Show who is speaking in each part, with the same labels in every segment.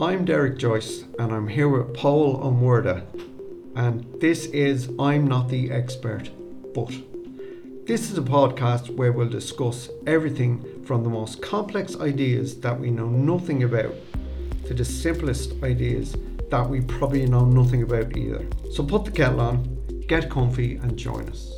Speaker 1: I'm Derek Joyce, and I'm here with Paul Omwerda. And this is I'm Not the Expert, but. This is a podcast where we'll discuss everything from the most complex ideas that we know nothing about to the simplest ideas that we probably know nothing about either. So put the kettle on, get comfy, and join us.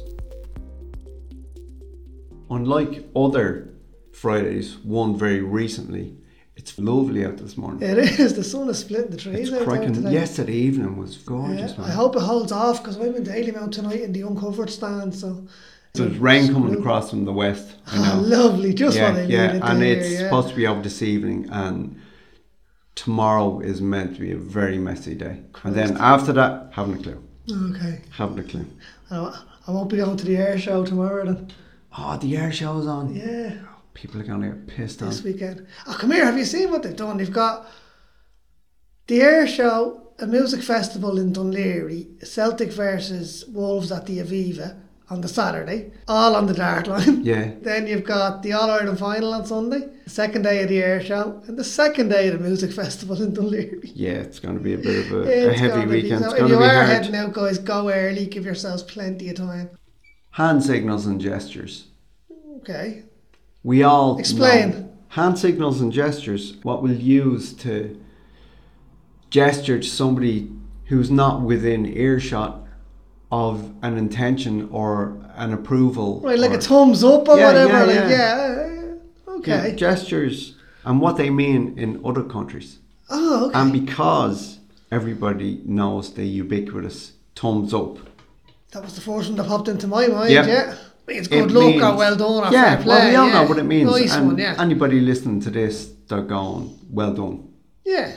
Speaker 1: Unlike other Fridays, one very recently, it's lovely out this morning.
Speaker 2: It is. The sun is splitting the trees
Speaker 1: It's
Speaker 2: out
Speaker 1: cracking.
Speaker 2: there today.
Speaker 1: Yesterday evening was gorgeous,
Speaker 2: Yeah, I
Speaker 1: man.
Speaker 2: hope it holds off because I'm in Daily Mount tonight in the uncovered stand. So
Speaker 1: So there's rain coming
Speaker 2: Screw-
Speaker 1: across from the west. I
Speaker 2: Ah,
Speaker 1: know.
Speaker 2: lovely, just what
Speaker 1: yeah,
Speaker 2: I
Speaker 1: yeah,
Speaker 2: needed.
Speaker 1: and
Speaker 2: there,
Speaker 1: it's
Speaker 2: yeah.
Speaker 1: supposed to be out this evening, and tomorrow is meant to be a very messy day. And then after that, haven't a clue.
Speaker 2: Okay,
Speaker 1: Haven't a clue.
Speaker 2: I I won't be going to the air show tomorrow then.
Speaker 1: Oh, the air show's on.
Speaker 2: Yeah,
Speaker 1: People are gonna get pissed off.
Speaker 2: this weekend. Oh, come here. Have you seen what they've done? They've got the air show, a music festival in Dunleary, Celtic versus Wolves at the Aviva on the Saturday, all on the dart line.
Speaker 1: Yeah,
Speaker 2: Then you've got the All Ireland final on Sunday, the second day of the air show, and the second day of the music festival in Dunleary.
Speaker 1: yeah, it's gonna be a bit of a, a
Speaker 2: It's
Speaker 1: heavy
Speaker 2: gonna be-
Speaker 1: weekend.
Speaker 2: so
Speaker 1: it's
Speaker 2: if
Speaker 1: gonna
Speaker 2: you
Speaker 1: be
Speaker 2: are
Speaker 1: hard.
Speaker 2: heading out, guys, go early. Give yourselves plenty of time.
Speaker 1: Hand signals and gestures.
Speaker 2: Okay.
Speaker 1: We all
Speaker 2: Explain.
Speaker 1: know hand signals and gestures. What we'll use to gesture to somebody who's not within earshot of an intention or an approval.
Speaker 2: Right, like
Speaker 1: or-
Speaker 2: a thumbs up or
Speaker 1: Yeah,
Speaker 2: whatever.
Speaker 1: yeah,
Speaker 2: like,
Speaker 1: yeah.
Speaker 2: yeah. uh,
Speaker 1: Yeah,
Speaker 2: Okay.
Speaker 1: gestures and what they mean in other countries.
Speaker 2: Oh, okay.
Speaker 1: And because everybody knows the ubiquitous thumbs up.
Speaker 2: that was the first one that popped into my mind.
Speaker 1: Yeah.
Speaker 2: Yeah. It's
Speaker 1: it
Speaker 2: good luck or
Speaker 1: means-
Speaker 2: well done or
Speaker 1: yeah,
Speaker 2: fair play.
Speaker 1: well, we all
Speaker 2: yeah.
Speaker 1: know what it means.
Speaker 2: Nice
Speaker 1: and
Speaker 2: one, yeah.
Speaker 1: anybody listening to this, they're going, well done.
Speaker 2: yeah.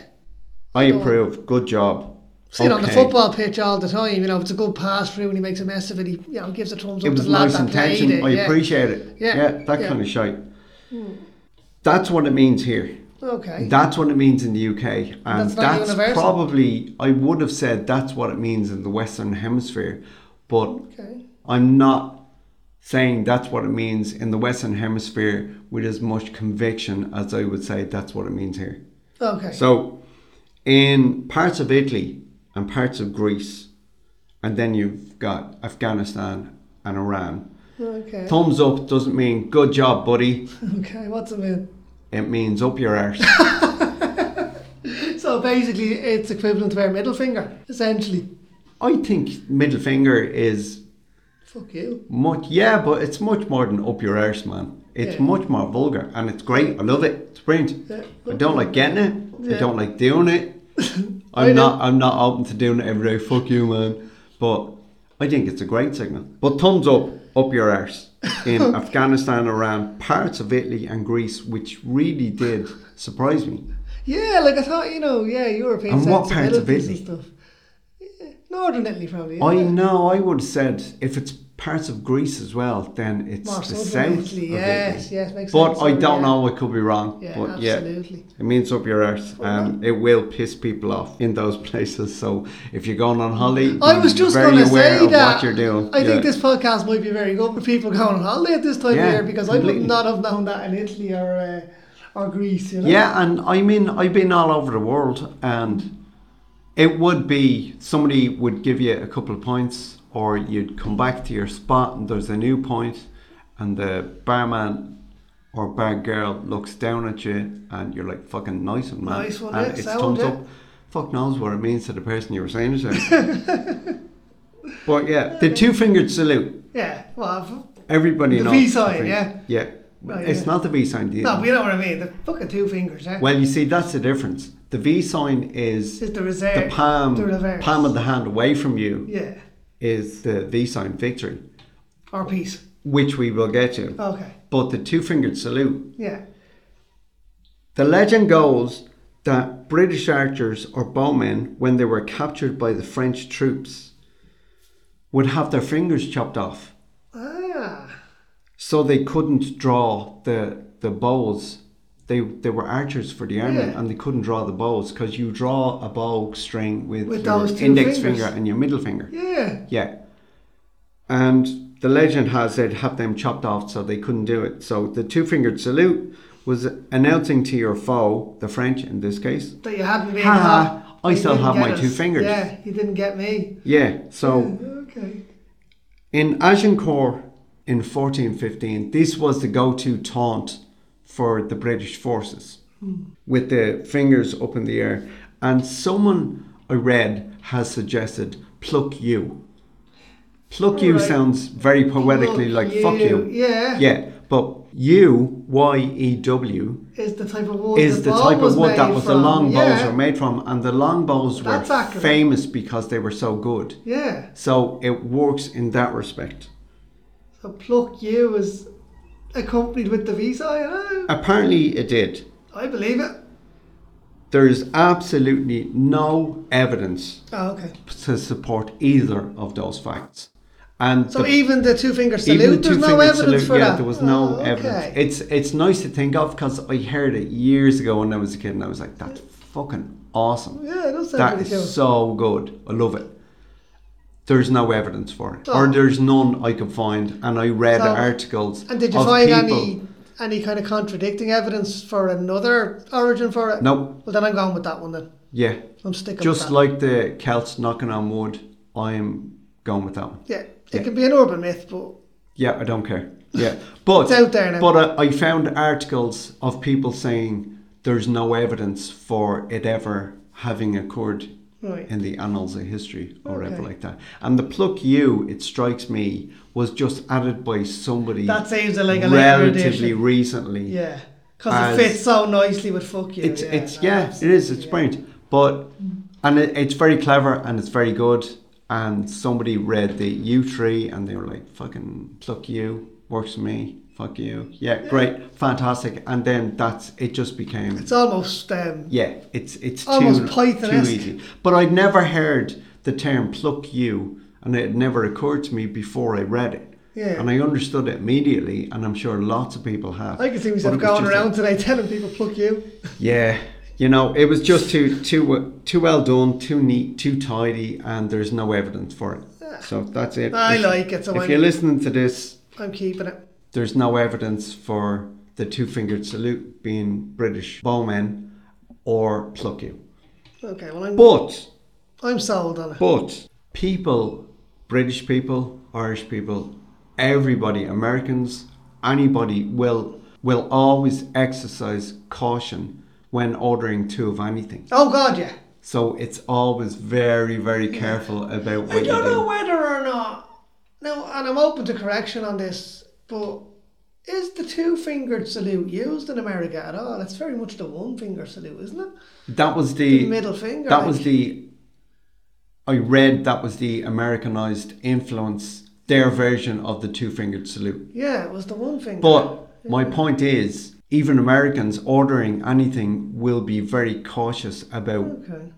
Speaker 1: I
Speaker 2: Well done.
Speaker 1: approve. Good job.
Speaker 2: See it on the
Speaker 1: Okay.
Speaker 2: football pitch all the time. You know, if it's a good pass through and he makes a mess of it, he you know, gives a thumbs
Speaker 1: it
Speaker 2: up to
Speaker 1: was
Speaker 2: the lad
Speaker 1: nice
Speaker 2: that played
Speaker 1: intention.
Speaker 2: it.
Speaker 1: I
Speaker 2: yeah.
Speaker 1: appreciate it.
Speaker 2: Yeah,
Speaker 1: that
Speaker 2: yeah. Hmm.
Speaker 1: kind of shite. That's what it means here.
Speaker 2: Okay.
Speaker 1: That's what it means in the UK, and
Speaker 2: That's not
Speaker 1: that's,
Speaker 2: universal.
Speaker 1: probably I would have said that's what it means in the Western Hemisphere, but
Speaker 2: okay.
Speaker 1: I'm not saying that's what it means in the Western Hemisphere with as much conviction as I would say that's what it means here.
Speaker 2: Okay.
Speaker 1: So, in parts of Italy and parts of Greece, and then you've got Afghanistan and Iran.
Speaker 2: okay.
Speaker 1: Thumbs up doesn't mean good job, buddy.
Speaker 2: Okay. What's it mean?
Speaker 1: It means up your arse.
Speaker 2: So basically, it's equivalent to our middle finger, essentially.
Speaker 1: I think middle finger is
Speaker 2: Fuck you.
Speaker 1: much, yeah, but it's much more than up your arse, man. It's
Speaker 2: Yeah.
Speaker 1: much more vulgar and it's great. I love it. It's brilliant.
Speaker 2: Yeah.
Speaker 1: I don't like getting it. I
Speaker 2: Yeah.
Speaker 1: don't like doing it.
Speaker 2: I
Speaker 1: I'm
Speaker 2: know.
Speaker 1: not. I'm not open to doing it every day. Fuck you, man. But I think it's a great signal. But thumbs up, up your arse in Afghanistan, Iran, parts of Italy and Greece, which really did surprise me.
Speaker 2: Yeah, like I thought, you know, yeah, European.
Speaker 1: And what parts of
Speaker 2: sensibilities
Speaker 1: Italy?
Speaker 2: And stuff. Yeah, Northern Italy, probably.
Speaker 1: I
Speaker 2: yeah.
Speaker 1: know. I would have said if it's parts of Greece as well, then it's
Speaker 2: More
Speaker 1: the
Speaker 2: southern
Speaker 1: south.
Speaker 2: Italy,
Speaker 1: of
Speaker 2: yes,
Speaker 1: Italy.
Speaker 2: yes, makes
Speaker 1: But
Speaker 2: sense.
Speaker 1: I don't
Speaker 2: yeah.
Speaker 1: know. I could be wrong.
Speaker 2: Yeah,
Speaker 1: but yeah.
Speaker 2: absolutely.
Speaker 1: It means up your arse.
Speaker 2: Well,
Speaker 1: Um, it will piss people off in those places. So if you're going on holiday,
Speaker 2: I was
Speaker 1: be
Speaker 2: just
Speaker 1: very
Speaker 2: going to
Speaker 1: aware
Speaker 2: say
Speaker 1: of
Speaker 2: that.
Speaker 1: what you're doing.
Speaker 2: I
Speaker 1: Yeah.
Speaker 2: think this podcast might be very good for people going on holiday at this time
Speaker 1: Yeah,
Speaker 2: of year because I
Speaker 1: completely.
Speaker 2: would not have known that in Italy or uh, or Greece. You know?
Speaker 1: Yeah, and I mean, I've been all over the world, and it would be somebody would give you a couple of points, or you'd come back to your spot and there's a new point, and the barman or bar girl looks down at you, and you're like, "Fucking nice one, man!"
Speaker 2: Nice one,
Speaker 1: and
Speaker 2: yeah,
Speaker 1: it's
Speaker 2: sound,
Speaker 1: thumbs
Speaker 2: yeah.
Speaker 1: up. Fuck knows what it means to the person you were saying it to. but yeah, the two-fingered salute.
Speaker 2: Yeah. Well,
Speaker 1: Everybody
Speaker 2: The
Speaker 1: knows.
Speaker 2: V sign,
Speaker 1: fing-
Speaker 2: yeah.
Speaker 1: Yeah.
Speaker 2: Right,
Speaker 1: it's
Speaker 2: yeah.
Speaker 1: not the V sign. do you
Speaker 2: no, but you know what I mean. The fucking two fingers. Eh?
Speaker 1: well, you see, that's the difference. The V sign is
Speaker 2: Is the
Speaker 1: the
Speaker 2: reserve.
Speaker 1: palm,
Speaker 2: The reverse.
Speaker 1: palm of the hand away from you
Speaker 2: Yeah.
Speaker 1: is the V sign victory,
Speaker 2: Or peace.
Speaker 1: which we will get to.
Speaker 2: Okay.
Speaker 1: But the two fingered salute,
Speaker 2: Yeah.
Speaker 1: the legend goes that British archers or bowmen, when they were captured by the French troops, would have their fingers chopped off,
Speaker 2: Ah.
Speaker 1: so they couldn't draw the the bows. They, they were archers for the army
Speaker 2: Yeah.
Speaker 1: and they couldn't draw the bows because you draw a bow string with,
Speaker 2: With
Speaker 1: your
Speaker 2: those two
Speaker 1: index
Speaker 2: fingers.
Speaker 1: finger and your middle finger.
Speaker 2: Yeah.
Speaker 1: Yeah. And the legend has it have them chopped off so they couldn't do it. So the two fingered salute was announcing to your foe, the French in this case,
Speaker 2: That you hadn't been.
Speaker 1: Ha,
Speaker 2: had.
Speaker 1: I
Speaker 2: You
Speaker 1: still
Speaker 2: didn't
Speaker 1: have
Speaker 2: get
Speaker 1: my two fingers. Oh.
Speaker 2: Yeah, you didn't get me.
Speaker 1: yeah, so
Speaker 2: Yeah, okay.
Speaker 1: in Agincourt in 1415, this was the go to taunt for the British forces
Speaker 2: Hmm.
Speaker 1: with the fingers up in the air. And someone I read has suggested pluck you. Pluck you
Speaker 2: Alright.
Speaker 1: sounds very poetically
Speaker 2: Fuck
Speaker 1: like fuck you.
Speaker 2: Yeah,
Speaker 1: Yeah, but you, Y E W,
Speaker 2: is the type of wood.
Speaker 1: is the
Speaker 2: ball
Speaker 1: type
Speaker 2: was
Speaker 1: of wood
Speaker 2: made
Speaker 1: that was the
Speaker 2: from.
Speaker 1: long bows
Speaker 2: yeah.
Speaker 1: were made from, and the long bows were
Speaker 2: That's accurate.
Speaker 1: famous because they were so good.
Speaker 2: Yeah,
Speaker 1: So it works in that respect.
Speaker 2: so pluck you is accompanied with the visa. You know?
Speaker 1: Apparently, it did.
Speaker 2: I believe it.
Speaker 1: There is absolutely no evidence
Speaker 2: Oh, okay.
Speaker 1: to support either of those facts. And
Speaker 2: So
Speaker 1: the-
Speaker 2: even the two finger salute,
Speaker 1: even the
Speaker 2: there's no
Speaker 1: two-fingered
Speaker 2: evidence
Speaker 1: salute,
Speaker 2: for
Speaker 1: yeah,
Speaker 2: that.
Speaker 1: there was no
Speaker 2: Oh,
Speaker 1: evidence.
Speaker 2: okay.
Speaker 1: It's it's nice to think of because I heard it years ago when I was a kid, and I was like, "That's fucking awesome."
Speaker 2: yeah, it does sound
Speaker 1: That
Speaker 2: pretty
Speaker 1: is
Speaker 2: cool.
Speaker 1: so good. I love it. There's no evidence for it, or
Speaker 2: Oh.
Speaker 1: there's none I could find. And I read
Speaker 2: So-
Speaker 1: articles.
Speaker 2: and did you
Speaker 1: of
Speaker 2: find
Speaker 1: people-
Speaker 2: any any kind of contradicting evidence for another origin for it?
Speaker 1: No.
Speaker 2: Well, then I'm going with that one then.
Speaker 1: Yeah,
Speaker 2: I'm sticking
Speaker 1: just
Speaker 2: with that.
Speaker 1: like the Celts knocking on wood. I'm going with that one.
Speaker 2: yeah, it
Speaker 1: yeah.
Speaker 2: can be an urban myth, but
Speaker 1: Yeah, I don't care. Yeah, but
Speaker 2: It's out there now.
Speaker 1: But I, I found articles of people saying there's no evidence for it ever having occurred
Speaker 2: right.
Speaker 1: in the annals of history or ever
Speaker 2: Okay.
Speaker 1: like that. And the pluck you, it strikes me, was just added by somebody
Speaker 2: that seems like a later
Speaker 1: relatively
Speaker 2: addition.
Speaker 1: recently.
Speaker 2: Yeah, because
Speaker 1: As-
Speaker 2: it fits so nicely with fuck you.
Speaker 1: It's
Speaker 2: yeah,
Speaker 1: it's
Speaker 2: no,
Speaker 1: yeah, it
Speaker 2: absolutely,
Speaker 1: is. It's
Speaker 2: yeah.
Speaker 1: brilliant, but and it, it's very clever and it's very good. And somebody read the U tree and they were like, "Fucking pluck you, works for me. Fuck you, yeah, great, fantastic." And then that's it. Just became
Speaker 2: It's almost um,
Speaker 1: yeah, it's it's
Speaker 2: Almost
Speaker 1: too, too
Speaker 2: Python-esque.
Speaker 1: easy. But I'd never heard the term pluck you, and it had never occurred to me before I read it.
Speaker 2: Yeah.
Speaker 1: And I understood it immediately, and I'm sure lots of people have.
Speaker 2: I can see
Speaker 1: But
Speaker 2: myself
Speaker 1: it was
Speaker 2: going
Speaker 1: just like-
Speaker 2: around today telling people pluck you.
Speaker 1: yeah, you know, it was just too too too well done, too neat, too tidy, and there's no evidence for it. So that's it.
Speaker 2: Ah, I
Speaker 1: If-
Speaker 2: like it, so
Speaker 1: If
Speaker 2: I'm-
Speaker 1: you're listening to this,
Speaker 2: I'm keeping it.
Speaker 1: there's no evidence for the two-fingered salute being British bowmen or pluck you.
Speaker 2: Okay, well I'm
Speaker 1: But
Speaker 2: I'm sold on it.
Speaker 1: but people, British people, Irish people, everybody, Americans, anybody will will always exercise caution when ordering two of anything.
Speaker 2: Oh God, yeah.
Speaker 1: So it's always very, very careful about what
Speaker 2: I
Speaker 1: you
Speaker 2: don't know
Speaker 1: do.
Speaker 2: whether or not. No, and I'm open to correction on this, but is the two-fingered salute used in America at all? It's very much the one-finger salute, isn't it?
Speaker 1: That was
Speaker 2: The
Speaker 1: the
Speaker 2: middle finger.
Speaker 1: that
Speaker 2: like.
Speaker 1: was the I read that was the Americanized influence, their version of the two fingered salute.
Speaker 2: yeah, it was the one finger.
Speaker 1: But my point is even Americans ordering anything will be very cautious about
Speaker 2: okay,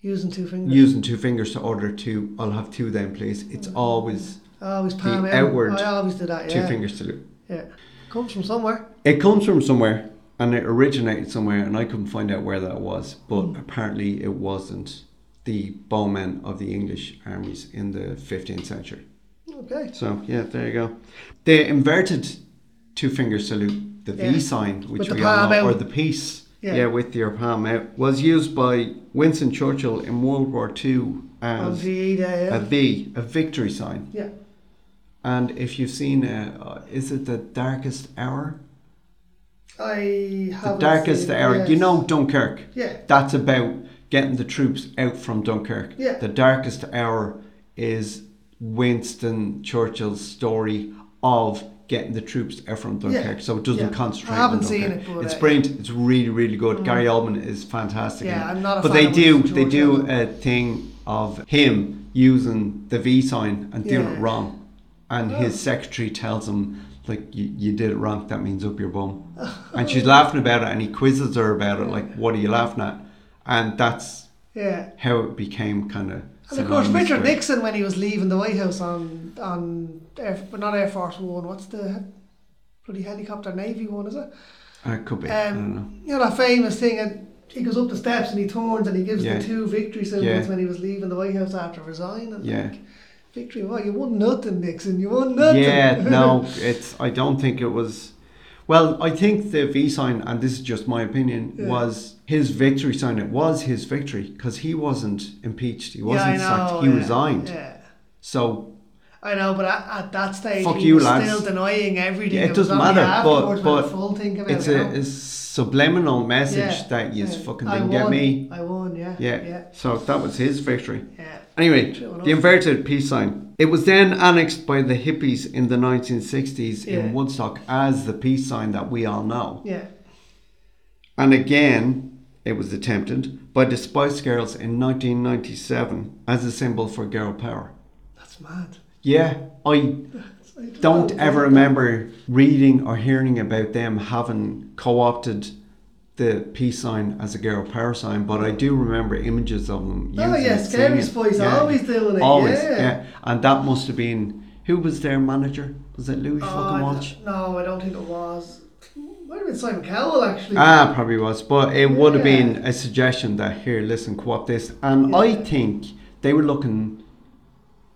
Speaker 2: using two fingers.
Speaker 1: using two fingers to order two. I'll have two then please. It's always
Speaker 2: I always palm
Speaker 1: the
Speaker 2: out.
Speaker 1: outward
Speaker 2: I always do that. Yeah.
Speaker 1: two fingers salute.
Speaker 2: Yeah, comes from somewhere.
Speaker 1: It comes from somewhere and it originated somewhere, and I couldn't find out where that was, but apparently it wasn't the bowmen of the English armies in the 15th century.
Speaker 2: Okay.
Speaker 1: So, yeah, there you go. The inverted two finger salute, the
Speaker 2: Yeah.
Speaker 1: V sign, which
Speaker 2: With the
Speaker 1: we all
Speaker 2: palm
Speaker 1: know, or
Speaker 2: out.
Speaker 1: the peace, yeah.
Speaker 2: Yeah.
Speaker 1: with your palm out, was used by Winston Churchill in World War II
Speaker 2: On
Speaker 1: as
Speaker 2: VE Day.
Speaker 1: a V, a victory sign.
Speaker 2: yeah.
Speaker 1: And if you've seen, uh, uh, is it the darkest hour?
Speaker 2: I have
Speaker 1: the darkest hour. You know Dunkirk.
Speaker 2: Yeah.
Speaker 1: That's about getting the troops out from Dunkirk.
Speaker 2: Yeah.
Speaker 1: The darkest hour is Winston Churchill's story of getting the troops out from Dunkirk. So it doesn't
Speaker 2: yeah.
Speaker 1: concentrate.
Speaker 2: I haven't
Speaker 1: on
Speaker 2: seen
Speaker 1: Dunkirk.
Speaker 2: it, but,
Speaker 1: it's
Speaker 2: uh, Mm.
Speaker 1: brilliant. It's really, really good. Gary Oldman is fantastic. in
Speaker 2: Yeah,
Speaker 1: it.
Speaker 2: I'm not a
Speaker 1: But
Speaker 2: fan
Speaker 1: they
Speaker 2: of
Speaker 1: do,
Speaker 2: Winston
Speaker 1: they do
Speaker 2: Churchill.
Speaker 1: a thing of him using the V sign and doing it
Speaker 2: Yeah.
Speaker 1: wrong, and his secretary tells him. Like you, you did it wrong. That means up your bum. And she's laughing about it, and he quizzes her about it, like, "What are you laughing at?" And that's
Speaker 2: Yeah.
Speaker 1: how it became kind of.
Speaker 2: And of course, Richard Nixon, when he was leaving the White House on on Air, but not Air Force One, what's the bloody helicopter Navy one? Is it?
Speaker 1: It could be. I don't know.
Speaker 2: Um, you know that famous thing, and he goes up the steps and he turns and he gives
Speaker 1: Yeah.
Speaker 2: the two victory symbols
Speaker 1: Yeah.
Speaker 2: when he was leaving the White House after resigning.
Speaker 1: Yeah.
Speaker 2: Like, victory! Well, you won nothing, Nixon. You won nothing.
Speaker 1: Yeah, no, it's. I don't think it was. Well, I think the V sign, and this is just my opinion, was his victory sign. It was his victory because he wasn't impeached. He wasn't sacked. He
Speaker 2: yeah,
Speaker 1: resigned.
Speaker 2: Yeah.
Speaker 1: So
Speaker 2: I know, but at, at that stage,
Speaker 1: Fuck
Speaker 2: he
Speaker 1: you,
Speaker 2: was
Speaker 1: lads.
Speaker 2: still denying everything.
Speaker 1: yeah, it
Speaker 2: that was
Speaker 1: doesn't
Speaker 2: on the
Speaker 1: matter. But
Speaker 2: afterwards when
Speaker 1: but
Speaker 2: I full think about
Speaker 1: it's
Speaker 2: it, you
Speaker 1: a
Speaker 2: know?
Speaker 1: it's subliminal message
Speaker 2: Yeah,
Speaker 1: that you
Speaker 2: yeah.
Speaker 1: fucking
Speaker 2: I
Speaker 1: didn't get
Speaker 2: won,
Speaker 1: me.
Speaker 2: I won, yeah. Yeah.
Speaker 1: yeah. So that was his victory.
Speaker 2: yeah.
Speaker 1: Anyway,
Speaker 2: True enough.
Speaker 1: the inverted peace sign. It was then annexed by the hippies in the 1960s
Speaker 2: Yeah.
Speaker 1: in Woodstock as the peace sign that we all know.
Speaker 2: Yeah.
Speaker 1: And again, it was attempted by the Spice Girls in 1997 as a symbol for girl power.
Speaker 2: That's mad. Oh,
Speaker 1: Yeah, I
Speaker 2: I don't,
Speaker 1: don't
Speaker 2: know.
Speaker 1: ever remember reading or hearing about them having co opted the peace sign as a girl power sign, but I do remember images of them.
Speaker 2: Oh,
Speaker 1: using
Speaker 2: yeah,
Speaker 1: it,
Speaker 2: Scary
Speaker 1: singing.
Speaker 2: Spice always doing it,
Speaker 1: Always,
Speaker 2: yeah.
Speaker 1: And that must have been who was their manager? Was it Louis
Speaker 2: Oh, I
Speaker 1: fucking
Speaker 2: don't-
Speaker 1: Walsh?
Speaker 2: No, I don't think it was. Might have been Simon Cowell, actually.
Speaker 1: Ah, probably was, but it would have
Speaker 2: Yeah.
Speaker 1: been a suggestion that here, listen, co-op this, and I
Speaker 2: Yeah.
Speaker 1: think they were looking,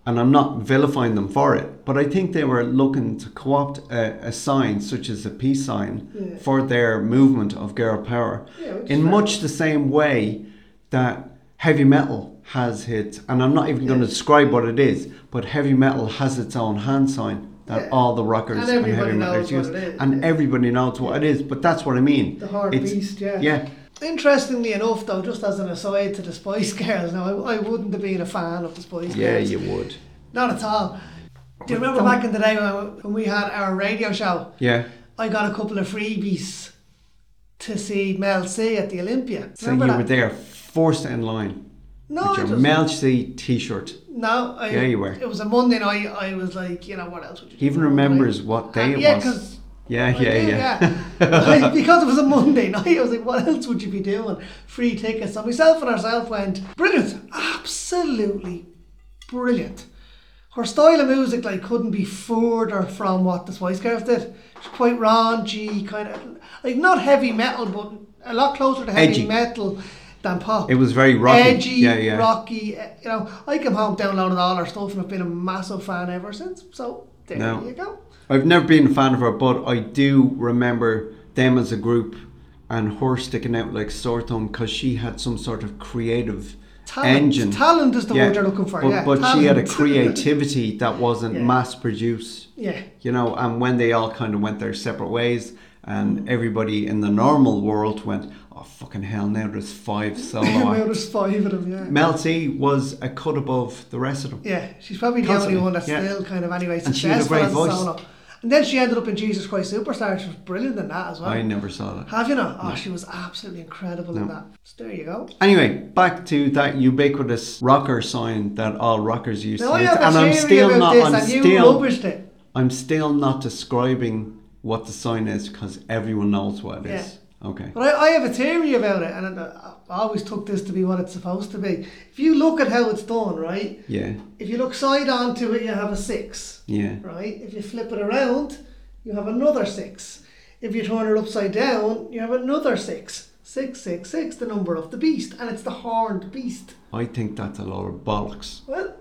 Speaker 1: and I'm not vilifying them for it, but I think they were looking to co-opt a, a sign such as a peace sign
Speaker 2: Yeah.
Speaker 1: for their movement of girl power,
Speaker 2: Yeah, which is
Speaker 1: in
Speaker 2: fair.
Speaker 1: much the same way that heavy metal has hit, and I'm not even going to describe what it is, but heavy metal has its own hand sign. That
Speaker 2: Yeah.
Speaker 1: all the rockers
Speaker 2: And
Speaker 1: and,
Speaker 2: everybody
Speaker 1: heavy
Speaker 2: knows
Speaker 1: metalers
Speaker 2: what
Speaker 1: use,
Speaker 2: it is,
Speaker 1: and
Speaker 2: yeah.
Speaker 1: everybody knows what it is. But that's what I mean.
Speaker 2: The hard
Speaker 1: It's-
Speaker 2: beast, yeah.
Speaker 1: Yeah,
Speaker 2: Interestingly enough, though, just as an aside to the Spice Girls, now I, I wouldn't have been a fan of the Spice
Speaker 1: yeah,
Speaker 2: Girls.
Speaker 1: you would.
Speaker 2: Not at all. Do you remember back in the day when, when we had our radio show?
Speaker 1: Yeah.
Speaker 2: I got a couple of freebies to see Mel C at the Olympia.
Speaker 1: So
Speaker 2: Remember
Speaker 1: you
Speaker 2: that?
Speaker 1: were there, forced in line
Speaker 2: No,
Speaker 1: with
Speaker 2: I
Speaker 1: your
Speaker 2: just-
Speaker 1: Mel C T-shirt.
Speaker 2: no. I,
Speaker 1: Yeah, you were.
Speaker 2: It was a Monday night. I was like, you know, what else would you?
Speaker 1: He even
Speaker 2: do on a Monday night?
Speaker 1: remembers what day
Speaker 2: Uh,
Speaker 1: it
Speaker 2: yeah,
Speaker 1: was.
Speaker 2: 'cause
Speaker 1: Yeah,
Speaker 2: I
Speaker 1: yeah,
Speaker 2: did,
Speaker 1: yeah.
Speaker 2: Like, because it was a Monday night, I was like, what else would you be doing? Free tickets. So myself and herself went, brilliant, absolutely brilliant. Her style of music like couldn't be further from what the Spice Girls did. It's quite raunchy, kind of like not heavy metal, but a lot closer to heavy
Speaker 1: Edgy.
Speaker 2: metal than pop.
Speaker 1: It was very rocky.
Speaker 2: Edgy,
Speaker 1: yeah, yeah.
Speaker 2: rocky. eh, You know, I came home, downloaded all her stuff, and I've been a massive fan ever since. So there
Speaker 1: No.
Speaker 2: you go.
Speaker 1: I've never been a fan of her, but I do remember them as a group and her sticking out like sore thumb because she had some sort of creative
Speaker 2: Talent.
Speaker 1: engine.
Speaker 2: Talent is the word you're looking for,
Speaker 1: But,
Speaker 2: yeah,
Speaker 1: but she had a
Speaker 2: talent.
Speaker 1: creativity that wasn't
Speaker 2: Yeah.
Speaker 1: mass produced.
Speaker 2: Yeah.
Speaker 1: you know, and when they all kind of went their separate ways, and everybody in the normal world went, "Oh fucking hell! Now there's five
Speaker 2: Now
Speaker 1: solo."
Speaker 2: there's five of them, yeah.
Speaker 1: Mel C was a cut above the rest of them.
Speaker 2: Yeah, she's probably the only
Speaker 1: Constantly,
Speaker 2: one that's
Speaker 1: yeah.
Speaker 2: still kind of anyway
Speaker 1: And she had a
Speaker 2: successful
Speaker 1: great
Speaker 2: as a
Speaker 1: voice.
Speaker 2: solo. And then she ended up in Jesus Christ Superstar. She was brilliant in that as well.
Speaker 1: I never saw that.
Speaker 2: Have you not? Oh, she was absolutely incredible in that. So there you go.
Speaker 1: Anyway, back to that ubiquitous rocker sign that all rockers used
Speaker 2: Now
Speaker 1: to
Speaker 2: I
Speaker 1: use,
Speaker 2: have a
Speaker 1: and I'm
Speaker 2: theory
Speaker 1: still
Speaker 2: about
Speaker 1: not.
Speaker 2: this,
Speaker 1: I'm
Speaker 2: and you
Speaker 1: still.
Speaker 2: rubbished it.
Speaker 1: I'm still not describing what the sign is because everyone knows what it
Speaker 2: Yeah.
Speaker 1: is. Okay.
Speaker 2: But I, I have a theory about it, and I I always took this to be what it's supposed to be. If you look at how it's done, right?
Speaker 1: Yeah.
Speaker 2: If you look side on to it, you have a six.
Speaker 1: Yeah.
Speaker 2: right? If you flip it around, you have another six. If you turn it upside down, you have another six. Six, six, six, the number of the beast, and it's the horned beast.
Speaker 1: I think that's a lot of bollocks.
Speaker 2: Well,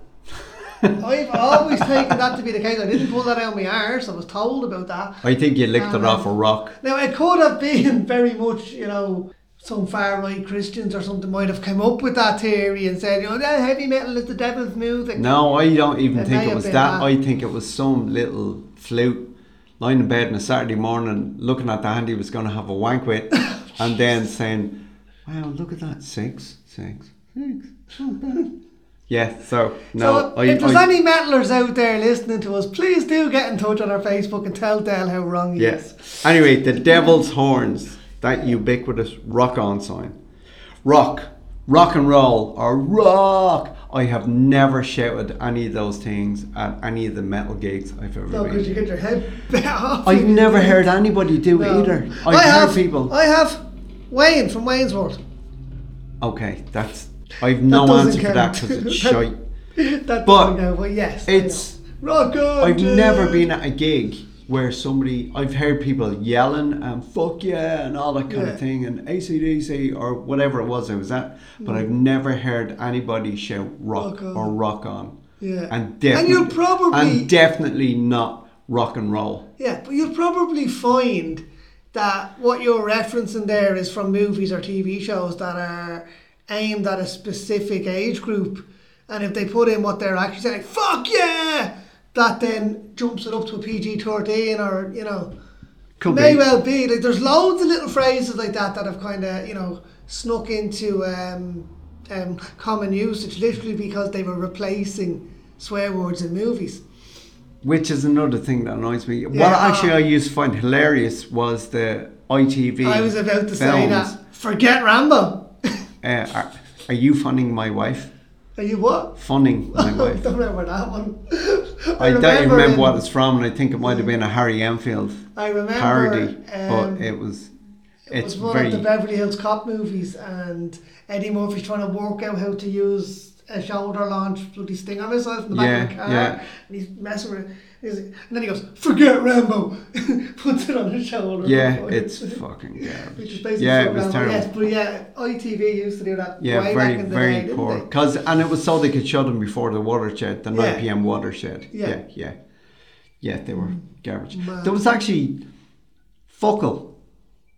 Speaker 2: I've always taken that to be the case. I didn't pull that out of my arse. I was told about that.
Speaker 1: I think you licked it
Speaker 2: Um,
Speaker 1: off a rock.
Speaker 2: Now, it could have been very much, you know, some far right Christians or something might have come up with that theory and said, you know, that heavy metal is the devil's music.
Speaker 1: No, I don't even
Speaker 2: It may
Speaker 1: think it
Speaker 2: have
Speaker 1: was that.
Speaker 2: been that.
Speaker 1: I think it was some little flute lying in bed on a Saturday morning looking at the hand he was going to have a wank with and then saying, wow, look at that, six, six, six. not bad." yeah, so no,
Speaker 2: so
Speaker 1: I,
Speaker 2: if there's
Speaker 1: I,
Speaker 2: any metalers out there listening to us, please do get in touch on our Facebook and tell Dale how wrong he is.
Speaker 1: yes. Anyway, the devil's horns, that ubiquitous rock on sign. Rock, rock and roll, or rock. I have never shouted any of those things at any of the metal gigs I've ever
Speaker 2: No,
Speaker 1: been.
Speaker 2: because you get your head bit off.
Speaker 1: I've never heard anybody do
Speaker 2: No.
Speaker 1: either. I've
Speaker 2: I have
Speaker 1: heard people.
Speaker 2: I have Wayne from Wayne's World.
Speaker 1: okay, that's. I've no
Speaker 2: doesn't
Speaker 1: answer for that
Speaker 2: count.
Speaker 1: because it's
Speaker 2: That-
Speaker 1: shite.
Speaker 2: That doesn't
Speaker 1: But
Speaker 2: go, but yes, I
Speaker 1: It's.
Speaker 2: know. rock on.
Speaker 1: I've
Speaker 2: dude.
Speaker 1: never been at a gig where somebody. I've heard people yelling and fuck yeah and all that kind
Speaker 2: Yeah.
Speaker 1: of thing and ACDC or whatever it was I was at, but I've never heard anybody shout rock
Speaker 2: Mm. Rock on.
Speaker 1: or rock on.
Speaker 2: Yeah.
Speaker 1: And definitely.
Speaker 2: And you'll probably-
Speaker 1: And definitely not rock and roll.
Speaker 2: Yeah, but you'll probably find that what you're referencing there is from movies or TV shows that are aimed at a specific age group. And if they put in what they're actually saying, fuck yeah, that then jumps it up to a PG 13 or, you know,
Speaker 1: Could
Speaker 2: may
Speaker 1: be.
Speaker 2: well be. Like, there's loads of little phrases like that that have kind of, you know, snuck into um, um, common usage literally because they were replacing swear words in movies.
Speaker 1: Which is another thing that annoys me. What
Speaker 2: Yeah.
Speaker 1: actually I used to find hilarious was the ITV.
Speaker 2: I was about to say
Speaker 1: films.
Speaker 2: that. Forget Rambo.
Speaker 1: Uh, are, are you funning my wife?
Speaker 2: Are you what?
Speaker 1: Funning my wife.
Speaker 2: don't remember that one.
Speaker 1: I don't even remember
Speaker 2: in-
Speaker 1: what it's from, and I think it might have been a Harry Enfield
Speaker 2: I remember
Speaker 1: parody,
Speaker 2: um,
Speaker 1: but it was.
Speaker 2: it
Speaker 1: It's
Speaker 2: was one
Speaker 1: very.
Speaker 2: of the Beverly Hills Cop movies, and Eddie Murphy's trying to work out how to use a shoulder launch bloody stinger missile from the back of the
Speaker 1: Yeah,
Speaker 2: car,
Speaker 1: yeah.
Speaker 2: and he's messing with it. He's- and then he goes, "Forget Rambo," puts it on his shoulder.
Speaker 1: yeah,
Speaker 2: Before-
Speaker 1: it's fucking garbage.
Speaker 2: Which is basically
Speaker 1: yeah,
Speaker 2: so
Speaker 1: it was
Speaker 2: Rambo.
Speaker 1: terrible.
Speaker 2: Yes, but yeah, ITV used to do that.
Speaker 1: Yeah, very,
Speaker 2: way back in the
Speaker 1: very
Speaker 2: day, didn't
Speaker 1: poor.
Speaker 2: they?
Speaker 1: Cause and it was so they could show them before the watershed, the
Speaker 2: Yeah.
Speaker 1: nine PM watershed.
Speaker 2: Yeah.
Speaker 1: yeah, yeah, Yeah, they were garbage.
Speaker 2: Mad.
Speaker 1: There was actually fuckle,